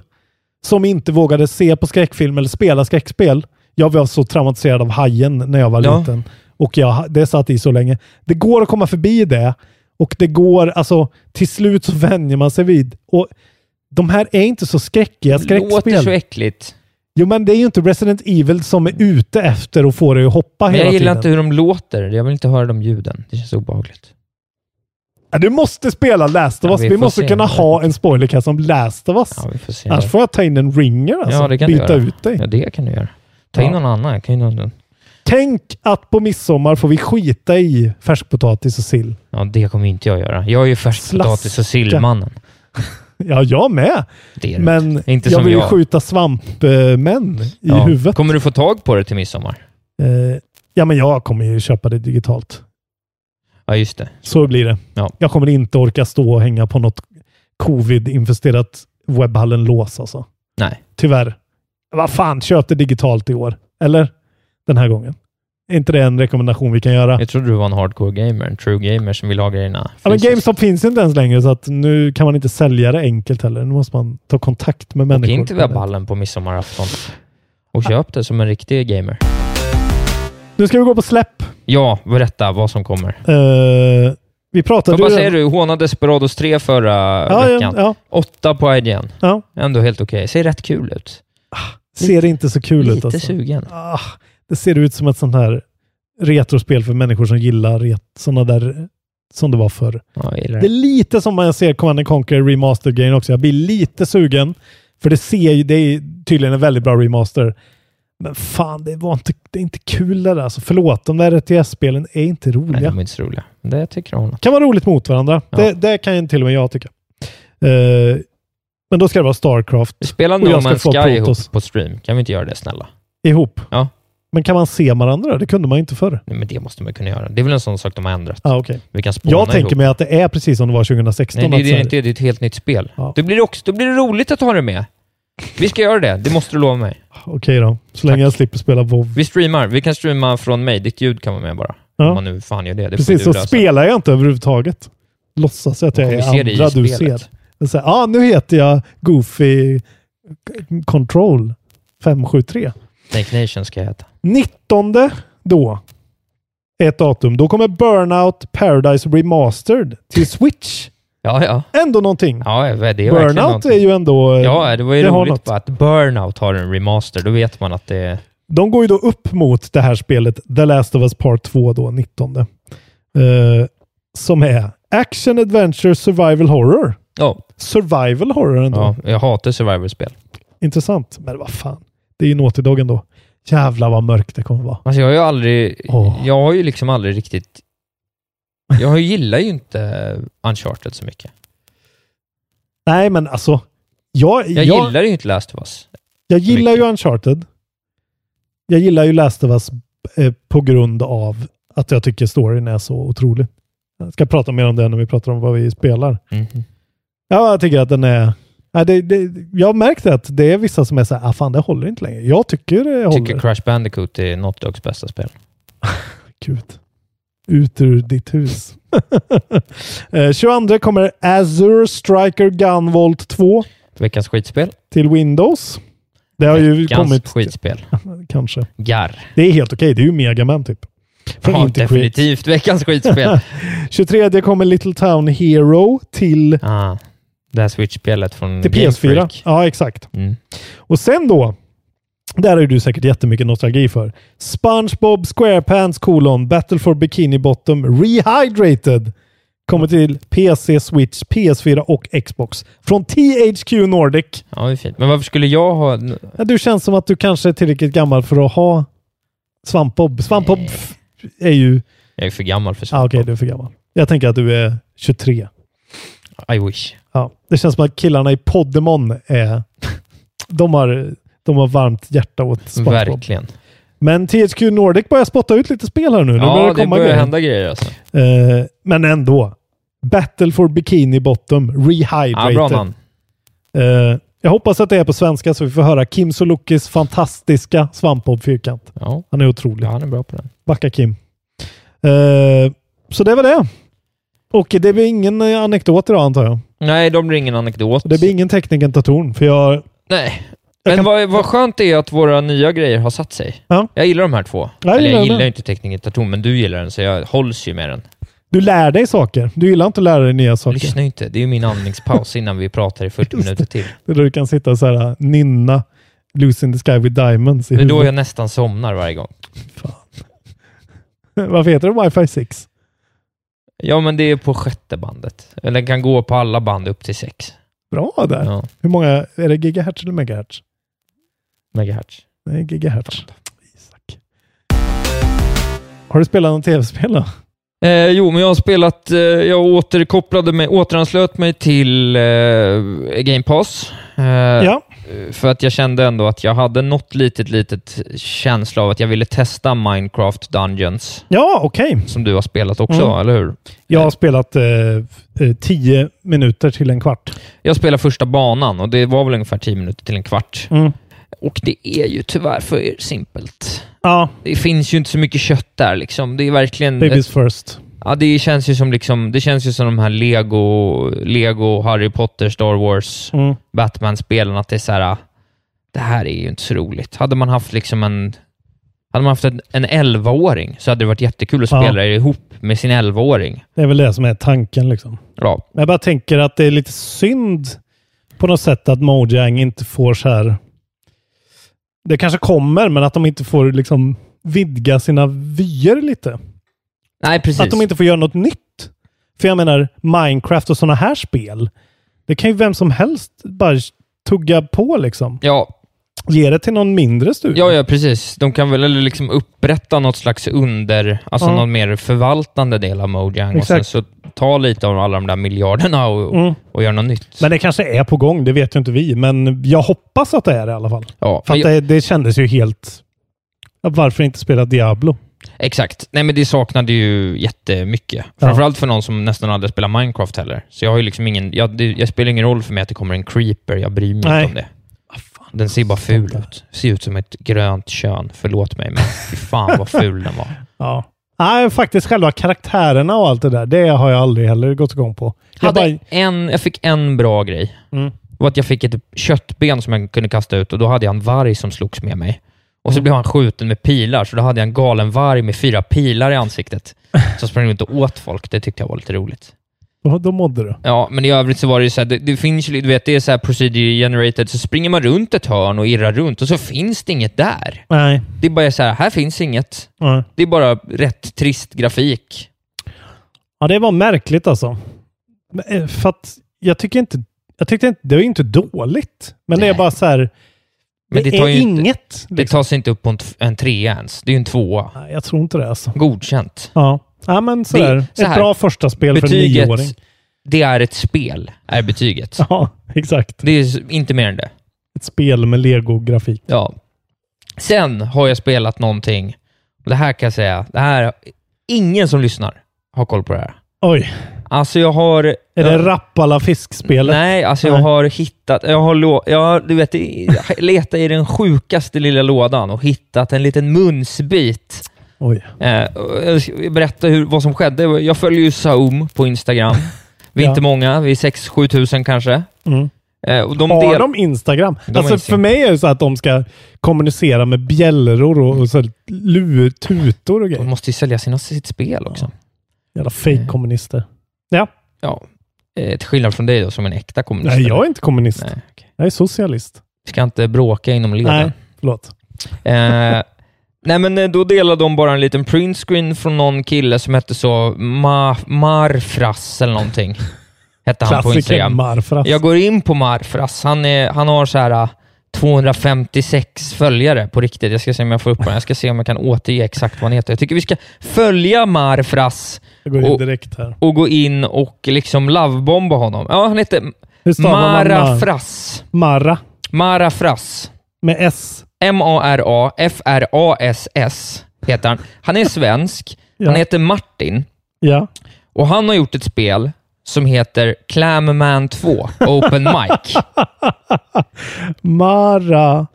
som inte vågade se på skräckfilm eller spela skräckspel. Jag var så traumatiserad av Hajen när jag var Ja. liten. Och jag, det satt i så länge. Det går att komma förbi det. Och det går, alltså till slut så vänjer man sig vid. Och de här är inte så skräckiga Låter så skräckspel. äckligt. Jo men det är ju inte Resident Evil som är ute efter att få dig att hoppa Men hela jag gillar tiden. inte hur de låter. Jag vill inte höra de ljuden. Det känns obehagligt. Ja, Du måste spela Last of Ja, Us. vi vi, får måste se. kunna ha en spoilercast om Last of Us. Ja, vi får se. Annars får jag ta in en ringer alltså. ja, det kan Byta du göra. ut dig. Ja, det kan du göra. Ta in Ja. någon annan. Jag Kan ju någon, Tänk att på midsommar får vi skita i färskpotatis och sill. ja, det kommer inte jag göra. Jag är ju färskpotatis och Slaska. sillmannen. Ja, jag med. Det är du. Men Inte jag som vill ju jag. skjuta svampmän i Ja. huvudet. Kommer du få tag på det till midsommar? Eh, ja, men jag kommer ju köpa det digitalt. Ja, just det. Så blir det. Ja. Jag kommer inte orka stå och hänga på något covid-infesterat webbhallen-lås alltså. Nej. Tyvärr. Vad fan, köp det digitalt i år. Eller? Den här gången. Är inte det en rekommendation vi kan göra? Jag trodde du var en hardcore gamer. En true gamer som vill ha grejerna. Ja, men fysiskt. GameStop finns ju inte ens längre, så att nu kan man inte sälja det enkelt heller. Nu måste man ta kontakt med Åk människor. in till webballen på midsommarafton och köp det som en riktig gamer. Nu ska vi gå på släpp. Ja, berätta vad som kommer. Eh, vi pratade Vad ju- säger du? Håna Desperados 3 förra Ja, ja, veckan. ja, Åtta på IGN. ja. Ändå helt okej. Ser rätt kul ut. Ser inte så kul ut Lite alltså. sugen. Ah, det ser ut som ett sånt här retrospel för människor som gillar ret- sådana där som det var förr. Ja, jag gillar Det är det. lite som man ser Command and Conquer remastered-grejen också. Jag blir lite sugen, för det ser ju, det är tydligen en väldigt bra remaster. Men fan, det var inte, det är inte kul det där. Alltså, förlåt, de där RTS-spelen är inte Nej, roliga. de är inte så roliga. Det tycker hon. kan vara roligt mot varandra. Ja. Det, det kan ju till och med jag tycka. Eh, men då ska det vara Starcraft Vi spelar Och No jag ska få Man's Sky Protoss. ihop på stream. Kan vi inte göra det, snälla? ihop. Ja. Men kan man se varandra? Det kunde man ju inte förr. Nej, men det måste man kunna göra. Det är väl en sån sak de har ändrat. Ah, okay. Vi kan spåna Jag tänker ihop. mig att det är precis som det var 2016. Nej, det, att så det, här- är inte, det är ett helt nytt spel. Ja. Det blir också, då blir det roligt att ha det med. Vi ska göra det. Det måste du lova mig. Okej då, så länge jag slipper spela WoW. Vi streamar. Vi kan streama från mig. Ditt ljud kan vara med bara. Ja. Om man nu fan gör det. det får Precis, du så lösa. spelar jag inte överhuvudtaget. Låtsas att Då jag får är vi se det i andra du spelet. ser. Jag säger, ah, nu heter jag Goofy K- Control 573. Snake Nation ska jag heta. 19 då är ett datum. Då kommer Burnout Paradise Remastered till Switch. Ja, ja. Ändå någonting. Ja, det är verkligen Burnout någonting. är ju ändå... eh, Ja, det var ju det har roligt något. bara att Burnout har en remaster. Då vet man att det är... De går ju då upp mot det här spelet The Last of Us Part 2 då, 19. Eh, som är Action Adventure Survival Horror. Ja, Survival Horror ändå. ja, jag hatar survival-spel. Intressant. Men vad fan. Det är ju Naughty Dog ändå. Jävlar vad mörkt det kommer vara. Alltså jag har ju aldrig... Åh. Jag har ju liksom aldrig riktigt... Jag gillar ju inte Uncharted så mycket. Nej, men alltså. Jag, Jag jag, jag, gillar, gillar ju inte Last of Us. ju Uncharted. Jag gillar ju Last of Us eh, på grund av att jag tycker storyn är så otrolig. Jag ska prata mer om det när vi pratar om vad vi spelar. Mhm. Ja, jag tycker att den är... Ja, det, det, jag har märkt att det är vissa som är så här, ah, fan det håller inte längre. Jag tycker det håller. Tycker Crash Bandicoot är Naughty Dogs bästa spel. Gud. Ut ur ditt hus. Eh, 22 kommer Azure Striker Gunvolt 2 Veckans skitspel. till Windows. Det har ju Veckans kommit... skitspel. Kanske. Garr. Det är helt okej. Det är ju Megaman typ. Från Ja, Interquake. definitivt veckans skitspel. 23 kommer Little Town Hero till, ah, det här Switch-spelet från till Game PS4. Freak. Ja, exakt. Mm. Och sen då, där har ju du säkert jättemycket nostalgi för. SpongeBob SquarePants kolon Battle for Bikini Bottom Rehydrated kommer till PC, Switch, PS4 och Xbox. Från THQ Nordic. Ja, det är fint. Men varför skulle jag ha... Ja, du känns som att du kanske är tillräckligt gammal för att ha SvampBob. SvampBob f- är ju Jag är för gammal för Ah, sånt. Okej, du är för gammal. Jag tänker att du är 23. I wish. Ja. Det känns som att killarna i Poddemon är... De har, de har varmt hjärta åt Spongebob. Verkligen. Men THQ Nordic börjar spotta ut lite spel här nu. Nu börjar Ja, det det komma börjar grejer. hända grejer alltså. Eh, men ändå. Battle for Bikini Bottom Ja, Rehydrated. bra namn. Eh, jag hoppas att det är på svenska så vi får höra Kim Sulukis fantastiska svampbob-fyrkant. Ja. Han är otrolig. ja, han är bra på den. Backa Kim. Eh, så det var det. Och det blir ingen eh, anekdot idag antar jag. Nej, de blir ingen anekdot. Och Det blir ingen tekniken ta torn, för jag... Nej. Jag Men kan- vad, vad skönt det är att våra nya grejer har satt sig. Ja. Jag gillar de här två. Ja, jag Eller gillar jag gillar den. ju inte tekniken Taton, men du gillar den, så jag hålls ju med den. Du lär dig saker. Du gillar inte att lära dig nya saker. Lyssna inte. Det är ju min andningspaus innan vi pratar i 40 minuter till. Det är då du kan sitta så här eh, nynna Loose in the Sky with Diamonds i Det är då huvudet. jag nästan somnar varje gång. Varför heter det Wi-Fi 6? Ja, men det är på sjätte bandet. Eller den kan gå på alla band upp till sex. Bra där. Ja, Hur många... Är det gigahertz eller megahertz? megahertz. Nej, gigahertz. Isak. Har du spelat något tv-spel då? Eh, jo, men jag har spelat... Eh, jag återkopplade mig, återanslöt mig till eh, Game Pass. Eh, Ja. För att jag kände ändå att jag hade något litet, litet känsla av att jag ville testa Minecraft Dungeons, Ja, okej. som du har spelat också, Mm. eller hur? Jag har spelat eh, eh, tio minuter till en kvart. Jag spelade första banan och det var väl ungefär 10 minuter till en kvart. Mm. Och det är ju tyvärr för simpelt. Ja, Det finns ju inte så mycket kött där liksom. Det är verkligen... Babies first. Ja, det känns ju som liksom, det känns ju som de här Lego, Lego, Harry Potter, Star Wars, Mm. Batman-spelen, att det är så här, det här är ju inte så roligt. Hade man haft liksom en hade man haft en, en 11-åring så hade det varit jättekul att Ja. spela det ihop med sin 11-åring. Det är väl det som är tanken liksom. Ja, Men Jag bara tänker att det är lite synd på något sätt att Mojang inte får så här... Det kanske kommer, men att de inte får liksom vidga sina vyer lite. nej precis. Att de inte får göra något nytt. För jag menar, Minecraft och sådana här spel, det kan ju vem som helst bara tugga på liksom. Ja, Ge det till någon mindre studio. Ja, ja, precis. De kan väl eller liksom upprätta något slags under, alltså Ja. någon mer förvaltande del av Mojang och Exakt. sen så ta lite av alla de där miljarderna och, Mm. och göra något nytt. Men det kanske är på gång, det vet ju inte vi. Men jag hoppas att det är det i alla fall. ja, För men att jag, det, det kändes ju helt... Ja, Varför inte spela Diablo? exakt. Nej, men det saknade ju jättemycket. Framförallt för någon som nästan aldrig spelar Minecraft heller. Så jag har ju liksom ingen, jag, det, jag spelar ingen roll för mig att det kommer en creeper, jag bryr mig Nej. Ah, inte om det. Den ser bara ful ut. Ser ut som ett grönt kön. Förlåt mig, men fy fan vad ful den var. Ja. Nej, faktiskt själva karaktärerna och allt det där, det har jag aldrig heller gått igång på. Jag hade bara, en, jag fick en bra grej. Mm. Det var att jag fick ett köttben som jag kunde kasta ut och då hade jag en varg som slogs med mig. Och så Mm. blev han skjuten med pilar, så då hade jag en galen varg med fyra pilar i ansiktet som sprang runt och åt folk. Det tyckte jag var lite roligt. då, då mådde du. Ja, men i övrigt så var det ju så här, det, det finns ju, du vet, det är så här procedure generated, så springer man runt ett hörn och irrar runt och så finns det inget där. Nej. Det är bara så här, här finns inget. nej. Det är bara rätt trist grafik. Ja, det var märkligt alltså. Men, eh, För att jag tycker inte... Jag tyckte inte, det var ju inte dåligt. Men det är Nej. bara så här... Men det, det tar är ju inte- inget. Det liksom. tas inte upp på en, t- en trea ens. Det är ju en tvåa. Nej, jag tror inte det alltså. Godkänt. Ja, ja men sådär. så här. Ett bra första spel för en nioåring. Betyget, det är ett spel, är betyget. Ja, exakt. Det är s- inte mer än det. Ett spel med lego-grafik. Ja. Sen har jag spelat någonting, det här kan jag säga, det här, ingen som lyssnar har koll på det här. Oj, Alltså jag har... är det Rappala fiskspelet? Nej, alltså jag Nej. har hittat, jag har, lå, jag, har- du vet, jag letat i den sjukaste lilla lådan och hittat en liten munsbit. Oj. Eh, och jag ska berätta hur, vad som skedde. Jag följer ju Saum på Instagram. Vi är Ja. inte många, vi är 6-7 tusen kanske. Mm. Eh, och de har del- de Instagram? De har alltså Instagram. för mig är det så att de ska kommunicera med bjällror och, och så här lur, tutor och De grejer. måste ju sälja sina, sitt spel också. Jävla fake-kommunister. Ja, Ja. Eh, Till skillnad från dig då, som en äkta kommunist. nej jag är inte kommunist. Nej, okej. Jag är socialist. Vi ska inte bråka inom leden. Nej, förlåt. Nej. Eh, nej, men eh, då delade de bara en liten printscreen från någon kille som hette så Ma Marfras eller någonting. Hette han på Klassiker Instagram. Marfras. Jag går in på Marfras. Han, är, han har så här eh, 256 följare på riktigt. Jag ska se om jag får upp den. Jag ska se om jag kan återge exakt vad han heter. Jag tycker vi ska följa Marfras Jag går in Och- direkt här. och gå in och liksom lovebomba honom. Ja, han heter Hur stavar man Mar? Marafras. Mara Marafras. med S. M-A-R-A-F-R-A-S-S heter han. Han är svensk. Ja. Han heter Martin. Ja. Och han har gjort ett spel som heter Clamman 2, Open Mic. Mara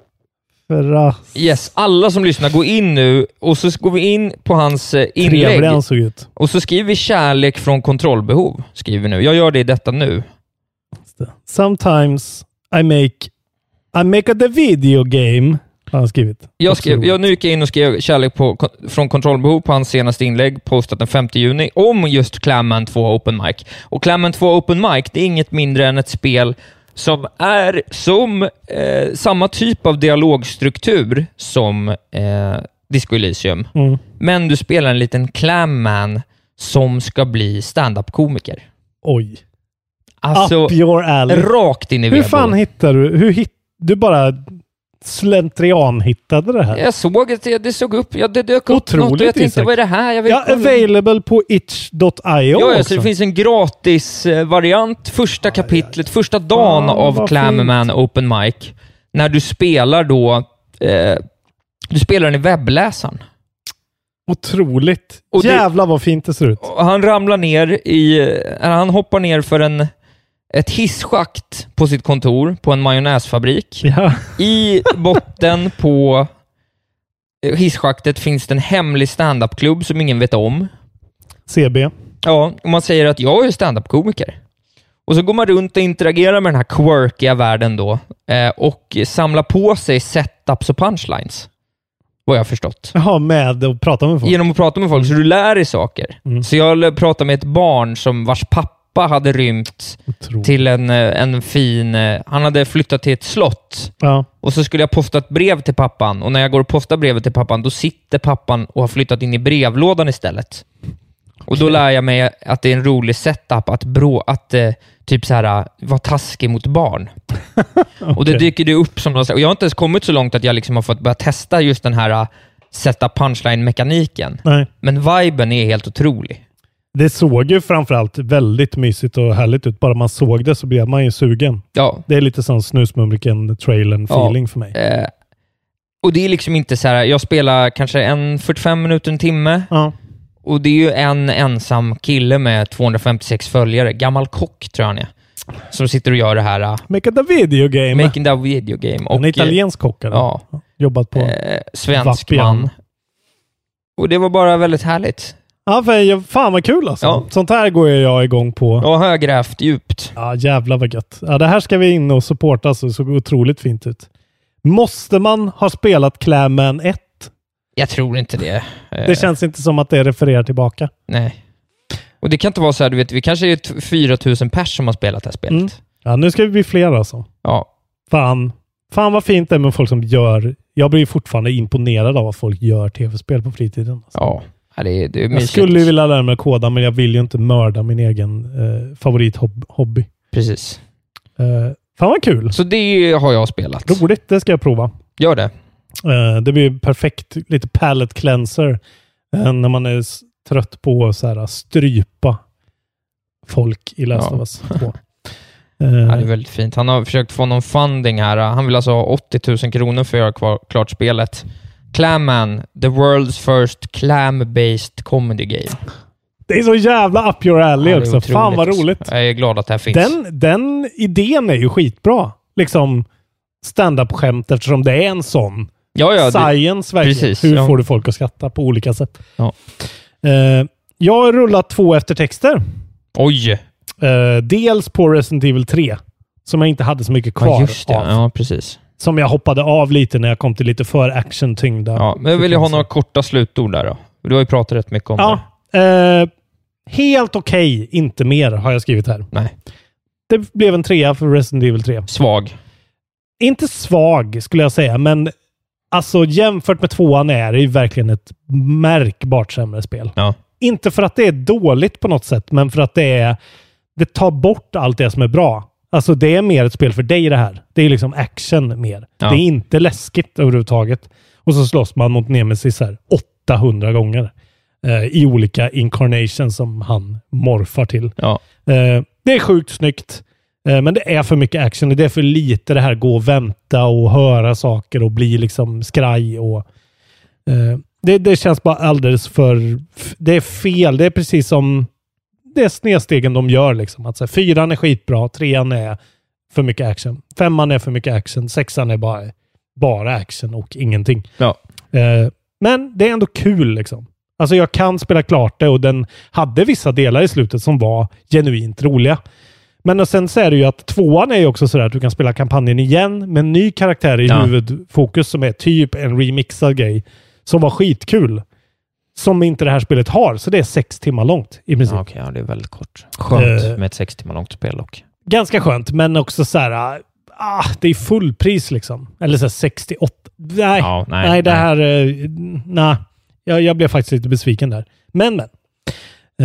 Fras. Yes, alla som lyssnar, gå in nu och så går vi in på hans eh, inlägg Trevlig han såg ut. och så skriver vi kärlek från kontrollbehov. Skriver vi nu. Jag gör det i detta nu. Sometimes I make I make a the video game. Har han skrivit. Jag skrev, Otroligt. jag, nu gick jag in och skrev kärlek på, kon- från kontrollbehov på hans senaste inlägg, postat den 5 juni, om just Clamman 2 Open Mic. Och Clamman 2 Open Mic, det är inget mindre än ett spel som är som eh, samma typ av dialogstruktur som eh, Disco Elysium. Mm. Men du spelar en liten Clamman som ska bli stand-up-komiker. Oj. Alltså, Up your alley. rakt in i Hur vedboden. fan hittar du? Hur hit, du bara slentrian hittade det här? Jag såg att det, det såg upp, ja, det dök upp Otroligt, något och jag tänkte, Isak. vad är det här? Jag vill Ja, kolla. available på itch.io Ja, ja, också. så det finns en gratis eh, variant första kapitlet, första dagen Fan, av vad Clamman Open Mic, när du spelar då, eh, du spelar den i webbläsaren. Otroligt. Och det- Jävlar vad fint det ser ut. Och Han ramlar ner i, eh, han hoppar ner för en, ett hisschakt på sitt kontor på en majonnäsfabrik. Ja. I botten på eh, hisschaktet finns det en hemlig standup-klubb som ingen vet om. CB. Ja, och man säger att jag är standup-komiker. Och så går man runt och interagerar med den här quirkiga världen då eh, och samlar på sig setups och punchlines, vad jag har förstått. Jaha, med och prata med folk. Genom att prata med folk, så du lär dig saker. Mm. Så jag l- pratade med ett barn som vars pappa hade rymt Otroligt. till en, eh, en fin... eh, Han hade flyttat till ett slott Ja. och så skulle jag posta ett brev till pappan och när jag går och postar brevet till pappan, då sitter pappan och har flyttat in i brevlådan istället. Och då lär jag mig att det är en rolig setup att, brå, att eh, typ så här, eh, vara taskig mot barn. Och det Okej. dyker det upp som något, och jag har inte ens kommit så långt att jag liksom har fått börja testa just den här eh, sätta punchline-mekaniken. Nej. Men viben är helt otrolig. Det såg ju framförallt väldigt mysigt och härligt ut. Bara man såg det så blev man ju sugen. Ja. Det är lite sån Snusmumriken-trailern-feeling för mig. Eh, och det är liksom inte så här, jag spelar kanske en 45 minuter, en timme. Ja. Och det är ju en ensam kille med 256 följare, gammal kock tror jag han är, som sitter och gör det här uh, Make it a video game. Making the Video Game. Och, eh, en italiensk kock. eller? Ja, Jobbat på. eh, svensk Vappian. man. Och det var bara väldigt härligt. Ja, för jag, fan vad kul alltså. Ja. Sånt här går ju jag igång på. Ja. Då har jag grävt djupt. jävlar vad gött. Ja, det här ska vi in och supporta så det såg otroligt fint ut. Måste man ha spelat Clamman 1? Jag tror inte det. Eh, Det känns inte som att det refererar tillbaka. Nej. Och det kan inte vara så här, du vet, vi kanske är t- 4000 pers som har spelat det här spelet. Mm. Ja, nu ska vi bli fler alltså. Ja. Fan. Fan vad fint det är med folk som gör... Jag blir ju fortfarande imponerad av att folk gör tv-spel på fritiden. Ja. Ja, det, är- det är Jag mysigt. skulle ju vilja lära mig att koda, men jag vill ju inte mörda min egen eh, favorithobby. Precis. Eh, fan vad kul! Så det har jag spelat. Roligt, det ska jag prova. Gör det. Eh, det blir ju perfekt, lite palette cleanser eh, när man är s- trött på att så här, strypa folk i Last Ja. of Us 2. Ja, det är Eh, väldigt fint. Han har försökt få någon funding här. Han vill alltså ha 80 000 kronor för att göra kvar, klart spelet. Clamman, the world's first clam-based comedy game. det är så jävla up your alley Ja, det är också. Fan otroligt vad alltså. roligt. Jag är glad att det här finns. Den, den idén är ju skitbra. Liksom standup-skämt eftersom det är en sån ja, ja, det, science verkligen. precis, Hur ja. får du folk att skratta på olika sätt? Ja. Eh, jag har rullat två eftertexter. oj! Eh, dels på Resident Evil 3, som jag inte hade så mycket kvar Ja, just det. av. Ja, precis. Som jag hoppade av lite när jag kom till lite för actiontyngda. Ja, men jag vill ju ha några korta slutord där då. Du har ju pratat rätt mycket om Ja, eh, helt okej, inte mer har jag skrivit här. Nej. Det blev en trea för Resident Evil 3. det. Svag. inte svag skulle jag säga, men alltså jämfört med tvåan är det ju verkligen ett märkbart sämre spel. Ja. Inte för att det är dåligt på något sätt, men för att det är det tar bort allt det som är bra. Alltså det är mer ett spel för dig det här. Det är liksom action mer. Ja. Det är inte läskigt överhuvudtaget. Och så slåss man mot Nemesis här 800 gånger. Eh, I olika incarnations som han morfar till. Ja. Eh, det är sjukt snyggt. Eh, men det är för mycket action. Det är för lite det här gå och vänta och höra saker och bli liksom skraj. Och, eh, det, det känns bara alldeles för... f- Det är fel. Det är precis som... Det är snedstegen de gör. Liksom. Att, så här, fyran är skitbra, trean är för mycket action. Femman är för mycket action, sexan är bara, bara action och ingenting. Ja. Eh, men det är ändå kul liksom. Alltså jag kan spela klart det och den hade vissa delar i slutet som var genuint roliga. Men och sen så är det ju att tvåan är ju också sådär att du kan spela kampanjen igen med en ny karaktär i Ja. huvudfokus som är typ en remixad grej som var skitkul. Som inte det här spelet har, så det är sex timmar långt i princip. Ja, okej, ja, det är väldigt kort. Skönt Eh. med ett sex timmar långt spel dock. Ganska skönt, men också så här, ah, det är fullpris liksom. Eller så här 68. Nej, Ja, nej, nej, det här... eh, Nej, jag, jag blev faktiskt lite besviken där. Men, men.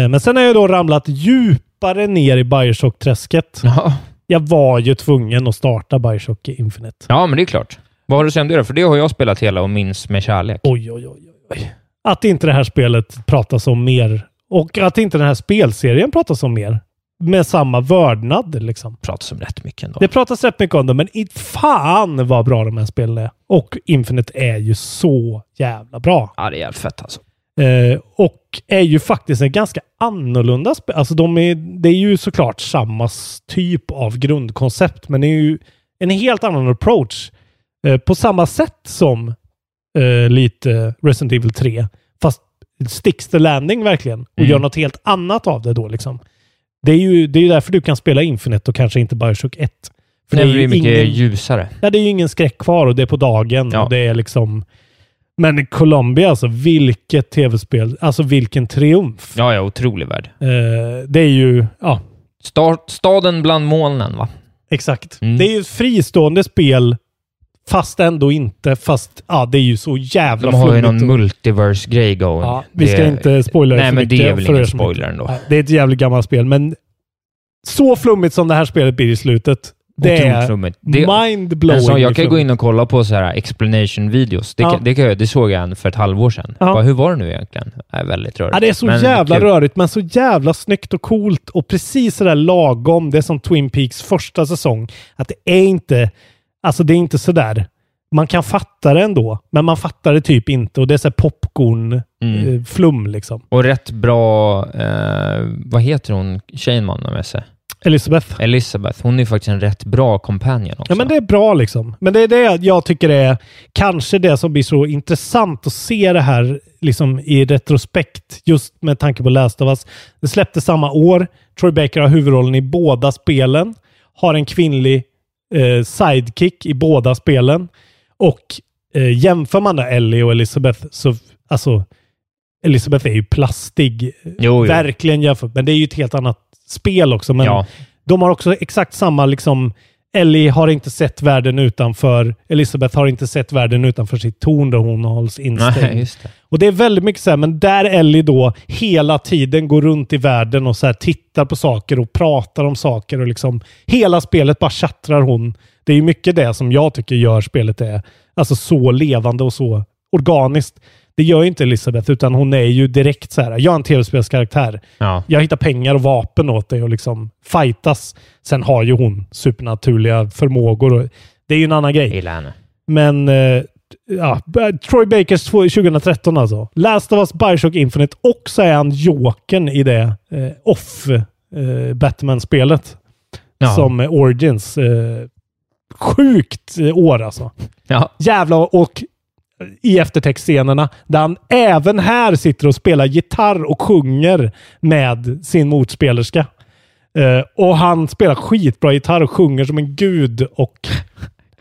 Eh, Men sen har jag då ramlat djupare ner i Bioshock-träsket. Ja. Jag var ju tvungen att starta Bioshock Infinite. ja, men det är klart. Vad har du att säga om det då? För det har jag spelat hela och minns med kärlek. Oj, oj, oj, oj. Att inte det här spelet pratas om mer. Och att inte den här spelserien pratas om mer. Med samma vördnad liksom. Pratas om rätt mycket ändå. Det pratas rätt mycket om det, men i- fan vad bra de här spelen är. Och Infinite är ju så jävla bra. Ja, det är jävligt fett alltså. Eh, och är ju faktiskt en ganska annorlunda spel. Alltså de är, det är ju såklart samma s- typ av grundkoncept, men det är ju en helt annan approach. Eh, på samma sätt som eh, lite Resident Evil 3, fast sticks the landing verkligen och Mm. gör något helt annat av det då liksom. Det är ju det är ju därför du kan spela Infinite och kanske inte Bioshock 1. För Nej, men det är det ju är mycket ingen- ljusare. Ja, det är ju ingen skräck kvar och det är på dagen. Ja. Och det är liksom... Men Colombia, alltså vilket tv-spel. Alltså vilken triumf. Ja, ja, otrolig värld. Eh, det är ju... Ja, Sta- staden bland molnen, va? exakt. Mm. Det är ju ett fristående spel, fast ändå inte. Fast ja, det är ju så jävla De har ju flummigt någon och- multiverse-grej going. Ja, vi ska Det- inte spoila Nej, för men mycket det är väl för er ingen som inte- spoiler ändå. Nej, Det är ett jävligt gammalt spel, men så flummigt som det här spelet blir i slutet. Det Otroligt är flummigt. Det- mindblowing. Men så Alltså, jag kan flummigt. gå in och kolla på så här explanation-videos. Det, Ja. kan- det, kan jag- det såg jag en för ett halvår sedan. Ja. Bara, hur var det nu egentligen? Det är väldigt rörigt. Ja, det är så Men jävla kul. rörigt, men så jävla snyggt och coolt och precis sådär lagom. Det är som Twin Peaks första säsong. Att det är inte, alltså det är inte sådär. Man kan fatta det ändå, men man fattar det typ inte. Och det är såhär Mm. popcorn-flum liksom. Och rätt bra... Eh, vad heter hon, tjejen man har med sig? Elisabeth. Elisabeth. Hon är ju faktiskt en rätt bra companion också. Ja, men det är bra liksom. Men det är det jag tycker är kanske det som blir så intressant att se det här liksom i retrospekt, just med tanke på Last of Us. Det släpptes samma år. Troy Baker har huvudrollen i båda spelen. Har en kvinnlig eh, sidekick i båda spelen. Och eh, jämför man då Ellie och Elizabeth så, alltså, Elizabeth är ju plastig. jo, jo. Verkligen jämfört. Men det är ju ett helt annat spel också. Men Ja. de har också exakt samma liksom... Ellie har inte sett världen utanför... Elisabeth har inte sett världen utanför sitt torn där hon hålls Nej, instängd. just det. och det är väldigt mycket så här, men där Ellie då hela tiden går runt i världen och så här tittar på saker och pratar om saker och liksom... Hela spelet bara tjattrar hon. Det är ju mycket det som jag tycker gör spelet är alltså så levande och så organiskt. Det gör ju inte Elisabeth, utan hon är ju direkt så här, jag är en tv-spelskaraktär Ja. jag hittar pengar och vapen åt dig och liksom fightas. Sen har ju hon supernaturliga förmågor. Och det är ju en Jag annan grej. gillar henne. Men eh, ja, B- Troy Bakers två- 2013 alltså. Last of Us, Bioshock Infinite och så är han jokern i det eh, off eh, Batman-spelet Ja. som eh, Origins. Eh, sjukt eh, år alltså. Ja. Jävla och i eftertextscenerna där han även här sitter och spelar gitarr och sjunger med sin motspelerska. Eh, och han spelar skitbra gitarr och sjunger som en gud och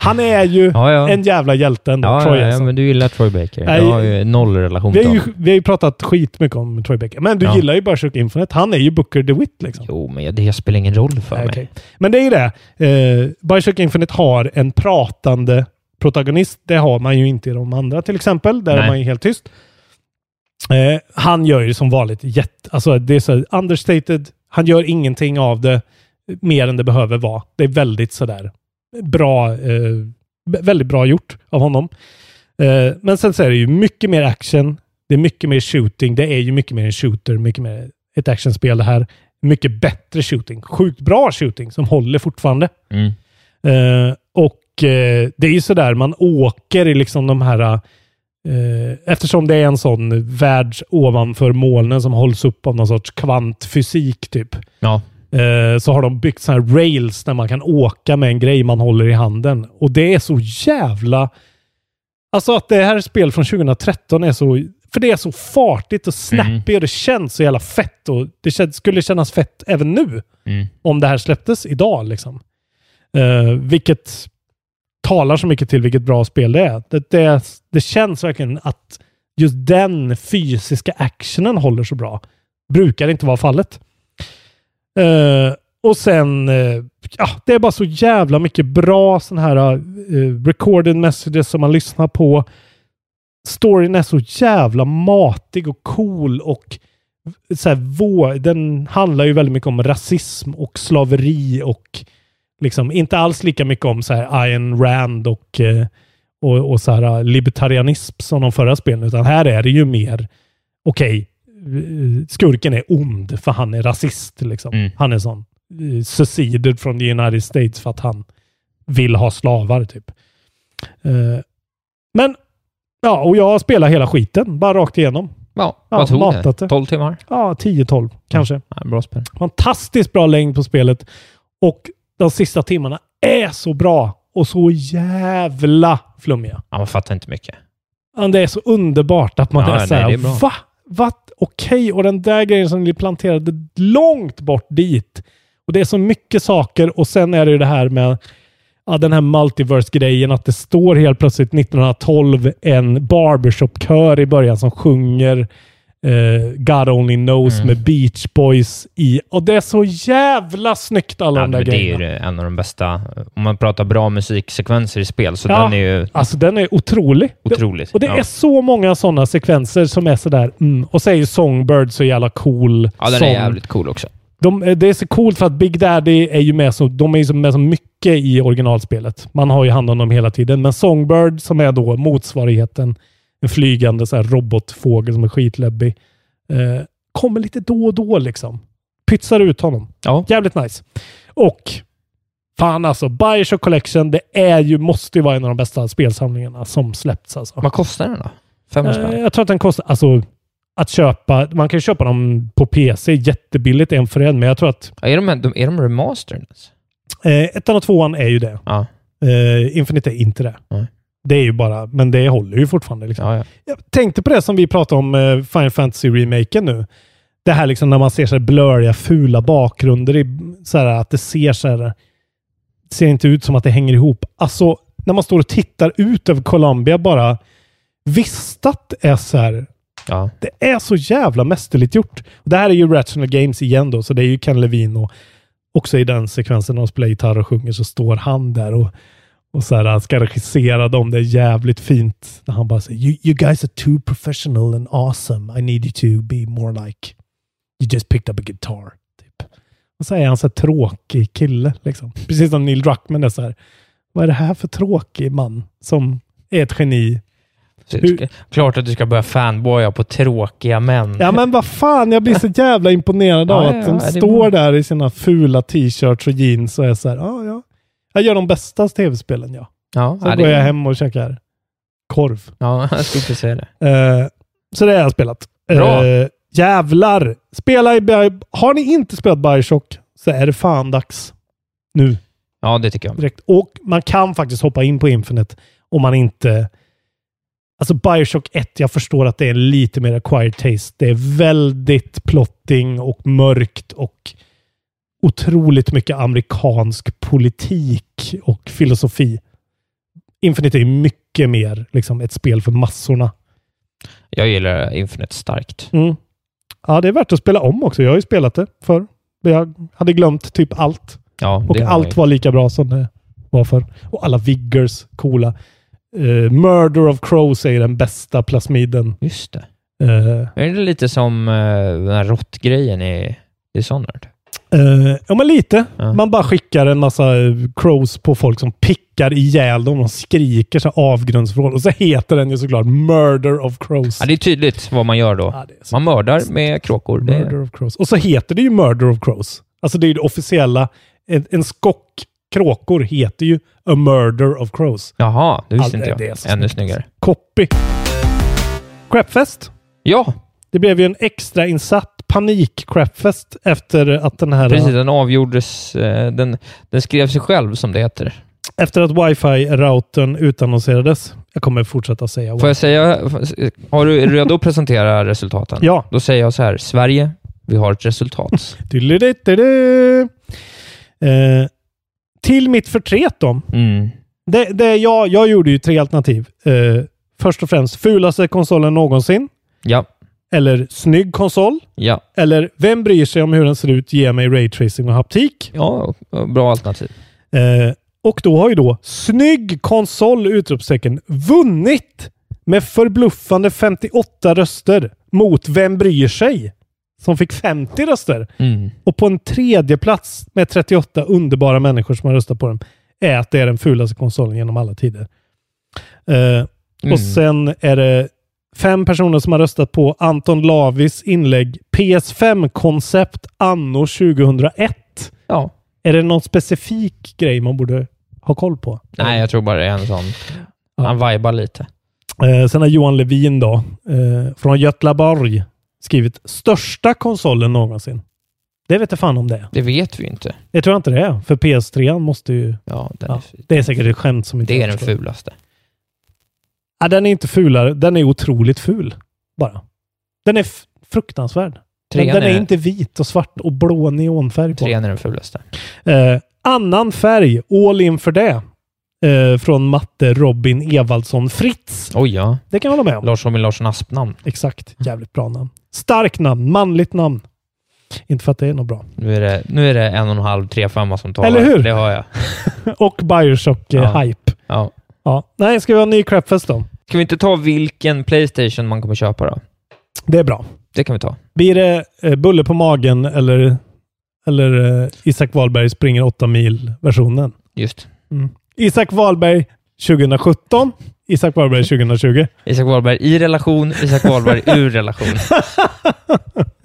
han är ju Ja, ja. en jävla hjälte ändå, Ja, Troy. ja, ja, alltså. men du gillar Troy Baker. Nej. Jag har ju noll relation vi, till har ju, honom. vi har ju pratat skitmycket om Troy Baker, men du Ja. gillar ju Bioshock Infinite. Han är ju Booker DeWitt liksom. Jo, men jag- det spelar ingen roll för Nej, mig. okej. Men det är ju det. Eh, Bioshock Infinite har en pratande protagonist. Det har man ju inte i de andra till exempel. Där Nej. är man ju helt tyst. Eh, han gör ju som vanligt jätte... Alltså det är så här, understated. Han gör ingenting av det. mer än det behöver vara. Det är väldigt sådär bra, eh, b- väldigt bra gjort av honom. Eh, men sen så är det ju mycket mer action. Det är mycket mer shooting. Det är ju mycket mer en shooter, mycket mer ett actionspel det här. Mycket bättre shooting. Sjukt bra shooting som håller fortfarande. Mm. Eh, och eh, det är ju sådär, man åker i liksom de här... Eh, eftersom det är en sån värld ovanför molnen som hålls upp av någon sorts kvantfysik typ. Ja. Eh, så har de byggt sådana här rails där man kan åka med en grej man håller i handen. Och det är så jävla... Alltså att det här spelet från 2013 är så... För det är så fartigt och snappy och det känns så jävla fett. Och det kän- skulle kännas fett även nu Mm. om det här släpptes idag. Liksom. Eh, vilket talar så mycket till vilket bra spel det är. Det, det, det känns verkligen att just den fysiska actionen håller så bra. Brukar inte vara fallet. Eh, och sen, eh, ja, det är bara så jävla mycket bra sån här eh, recorded messages som man lyssnar på. Storyn är så jävla matig och cool och så här, vår, den handlar ju väldigt mycket om rasism och slaveri och liksom inte alls lika mycket om så här Ayn Rand och, eh, och, och så här eh, libertarianism som de förra spelen, utan här är det ju mer okej, eh, skurken är ond för han är rasist. Liksom. Mm. Han är sån eh, seceded från the United States för att han vill ha slavar typ. Eh, Men ja, och jag spelar hela skiten, bara rakt igenom. Ja, Ja, vad tog matat det? det. 12 timmar? Ja, 10-12 kanske. Ja, bra spel. Fantastiskt bra längd på spelet. Och de sista timmarna är så bra och så jävla flummiga. Ja, man fattar inte mycket. Ja, Det är så underbart att man Ja, är nej, så det här, är bra. va? Vad? Okej, och den där grejen som ni planterade långt bort dit. Och det är så mycket saker och sen är det ju det här med ja, den här multiverse-grejen, att det står helt plötsligt 1912 en barbershop-kör i början som sjunger eh, God Only Knows Mm. med Beach Boys i. Och det är så jävla snyggt alla Ja, de där men det är grejerna. ju en av de bästa, om man pratar bra musiksekvenser i spel, så Ja. den är ju Alltså den är otrolig. Det- otroligt. Och det ja. är så många sådana sekvenser som är sådär mm. Och så är ju Songbird så jävla cool. ja, den sång. är jävligt cool också. De, eh, det är så coolt för att Big Daddy är ju med så, de är ju så- med så mycket i originalspelet. Man har ju hand om dem hela tiden. Men Songbird som är då motsvarigheten, en flygande så här robotfågel som är skitläbbig, eh, kommer lite då och då liksom. Pytsar ut honom. Ja. Jävligt nice. Och fan alltså, Bioshock Collection, det är ju, måste ju vara en av de bästa spelsamlingarna som släppts alltså. Vad kostar den då? 500 Eh, spänn? Jag tror att den kostar, alltså att köpa, man kan ju köpa dem på PC jättebilligt en för en, men jag tror att Ja, Är de, de, är de remastered? ens? eh, ettan och tvåan är ju det. Ja. Eh, Infinite är inte det. Nej. Det är ju bara, men det håller ju fortfarande. Liksom. Ja, ja. Jag tänkte på det som vi pratade om eh, Final Fantasy-remaken nu. Det här liksom när man ser så här blöriga, fula bakgrunder. I, så här, att det ser så här... Det ser inte ut som att det hänger ihop. Alltså, när man står och tittar ut över Colombia bara. Vistat är så här... ja. Det är så jävla mästerligt gjort. Det här är ju Rational Games igen då, så det är ju Ken Levine och också i den sekvensen när de spelar gitarr och sjunger så står han där och, och så här, han ska regissera dem. Det är jävligt fint när han bara säger you, you guys are too professional and awesome. I need you to be more like you just picked up a guitar. Typ. Och så är han så här tråkig kille. Liksom. Precis som Neil Druckmann är så här. Vad är det här för tråkig man som är ett geni? Så, Hur- ska- Klart att du ska börja fanboya på tråkiga män. Ja men vad fan, jag blir så jävla imponerad av Ja, ja, att de ja, det är står bra. där i sina fula t-shirts och jeans och är så här, ja ja. Jag gör de bästa tv-spelen ja. ja, Sen ja, det- går jag hem och käkar korv. Ja, jag skulle inte säga det. Eh, så det har jag spelat. Bra. Eh, jävlar! Spela i Bi- Har ni inte spelat Bioshock så är det fan dags. Nu Ja, det tycker jag. direkt. Och man kan faktiskt hoppa in på Infinite om man inte... Alltså Bioshock 1, jag förstår att det är lite mer acquired taste. Det är väldigt plotting och mörkt och otroligt mycket amerikansk politik och filosofi. Infinite är mycket mer liksom ett spel för massorna. Jag gillar Infinite starkt. Mm. Ja, det är värt att spela om också. Jag har ju spelat det förr. Men Jag hade glömt typ allt. Ja, Och det har allt jag. var lika bra som det var förr. Och alla Viggers, coola. Eh, Murder of Crows är ju den bästa plasmiden. Just det. Eh, Är det lite som eh, den här råttgrejen i Dishonored? Eh, ja, men lite. Ja. Man bara skickar en massa eh, crows på folk som pickar ihjäl dem. De skriker så här avgrundsvrål. Och så heter den ju såklart Murder of Crows. Ja, det är tydligt vad man gör då. Ja, det är så- Man mördar med kråkor. Det Murder är, of Crows. Och så heter det ju Murder of Crows. Alltså det är ju det officiella. En, en skock kråkor heter ju A Murder of Crows. jaha, det visste Ja, inte det är jag. så Ännu snyggt. snyggare. Copy. Crapfest. Ja, Det blev ju en extra insatt panik-crapfest efter att den här... precis. Den avgjordes... eh, Den, den skrev sig själv, som det heter. Efter att wifi-routern utannonserades. Jag kommer fortsätta säga Får jag säga... Har du, är du redo att presentera resultaten? Ja. Då säger jag så här. Sverige, vi har ett resultat. Diddelididdidi. Eh, till mitt förtret då. Mm. Det, det, jag, jag gjorde ju tre alternativ. Eh, först och främst, fulaste konsolen någonsin. Ja, Eller snygg konsol. ja, Eller vem bryr sig om hur den ser ut? Ge mig raytracing och haptik. ja. Bra alternativ. Eh, och då har ju då snygg konsol utropstecken vunnit med förbluffande 58 röster mot Vem bryr sig? Som fick 50 röster. Mm. Och på en tredje plats med 38 underbara människor som har röstat på den är att det är den fulaste konsolen genom alla tider. Eh, Mm. Och sen är det fem personer som har röstat på Anton Lavis inlägg PS5-koncept anno 2001. Ja. Är det någon specifik grej man borde ha koll på? Nej, jag tror bara det är en sån... Han vibar lite. Eh, sen har Johan Levin då, eh, från Götlaborg, skrivit största konsolen någonsin. Det vet jag fan om det är. Det vet vi ju inte. Det tror jag inte det är, för PS3 måste ju... Ja, den är Ja, fin. det är säkert ett skämt som inte Det är jag den förstår. fulaste. Ja, den är inte fulare. Den är otroligt ful. Bara. Den är f- fruktansvärd. Den, Trean den är är, inte vit och svart och blå neonfärg på. trean är den fulaste. Eh, annan färg, all in för det. Eh, från matte Robin Evaldsson Fritz. Oj ja. Det kan jag hålla med om. Lars Holmin Larsson Aspnamn. Exakt. Jävligt bra namn. Starkt namn. Manligt namn. Inte för att det är något bra. Nu är det, nu är det en och en halv, tre femma som talar. Eller hur? Det hör jag. Och Bioshock-hype. Ja. Eh, hype. Ja. ja. Nej, ska vi ha en ny crapfest då? Kan vi inte ta vilken Playstation man kommer köpa då? Det är bra. Det kan vi ta. Blir det eh, bulle på magen eller, eller eh, Isak Wahlberg springer 8 mil-versionen? Just. Isak Wahlberg 2017. Isak Wahlberg 2020. Isak Wahlberg i relation, Isak Wahlberg ur relation.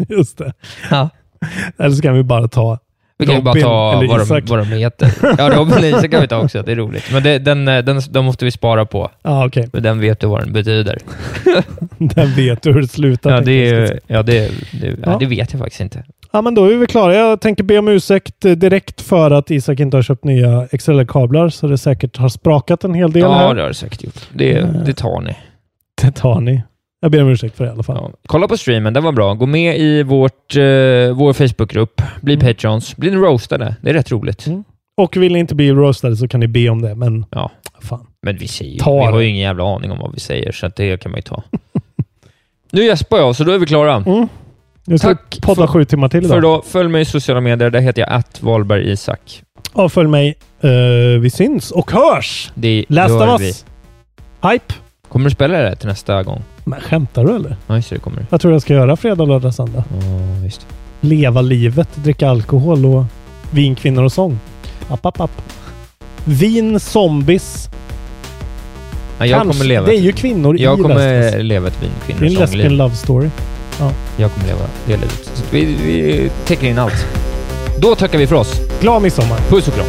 Just det. Ja. Eller så kan vi bara ta... Vi kan ju bara Robin ta eller vad de, Isak. vad de heter. Ja, Robin och Isak kan vi ta också. Det är roligt. Men det, den, eh, den, den måste vi spara på. Ja, okej. Men den vet du vad den betyder. Den vet hur det slutar. Ja, det, tänkte jag är, ska ju- säga. ja, det, är- det, ja, Ja. det vet jag faktiskt inte. ja, men då är vi klara. Jag tänker be om ursäkt eh, direkt för att Isak inte har köpt nya XLR-kablar, så det säkert har sprakat en hel del Ja, här. det har du säkert gjort. Det, Eh. det tar ni. Det tar ni. Jag ber om ursäkt för det i alla fall. Ja. Kolla på streamen, den var bra. Gå med i vårt, eh, vår Facebookgrupp. Bli patrons. Bli roastade. Det är rätt roligt. Mm. Och vill ni inte bli roastade så kan ni be om det, men... Ja. Fan. Men vi, säger, Ta vi har det. ju ingen jävla aning om vad vi säger, så att det kan man ju ta. nu gäspar jag, så då är vi klara. Mm. Nu ska Tack vi podda för- sju timmar till För idag. då, följ mig i sociala medier. Där heter jag att Wahlberg Isak. Och följ mig. Eh, vi syns och hörs! Det Last gör of vi. us. Hype. Kommer du spela det till nästa gång? Men skämtar du eller? Ja, just det. det kommer du. Vad tror du jag ska göra fredag, lördag, söndag? Ja, visst. Leva livet, dricka alkohol och vin, kvinnor och sång. App, app, app. Vin, zombies. Ja, jag Kanske- kommer leva. Det är ju kvinnor Jag i kommer Västers. leva ett vin, Det är en kvinnor, sång, lesbian liv. love story. Jag kommer leva det livet. Vi, vi täcker in allt. Då tackar vi för oss. Glad midsommar! Puss och kram.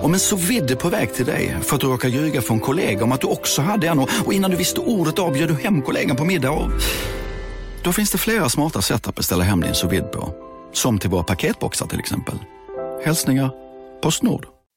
Om en så vidde på väg till dig för att du råkar ljuga från kollega om att du också hade en och och innan du visste ordet av bjöd du hem kollegan på middag och... Då finns det flera smarta sätt att beställa hem din sous vide på. Som till våra paketboxar till exempel. Hälsningar Postnord.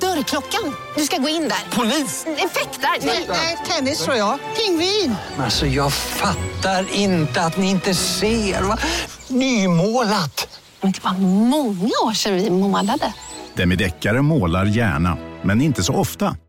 Dörrklockan. Du ska gå in där. Polis? Effektar? Nej, tennis tror jag. Pingvin. Alltså jag fattar inte att ni inte ser. Va? Nymålat. Men det var många år sedan vi målade. Demideckare målar gärna, men inte så ofta.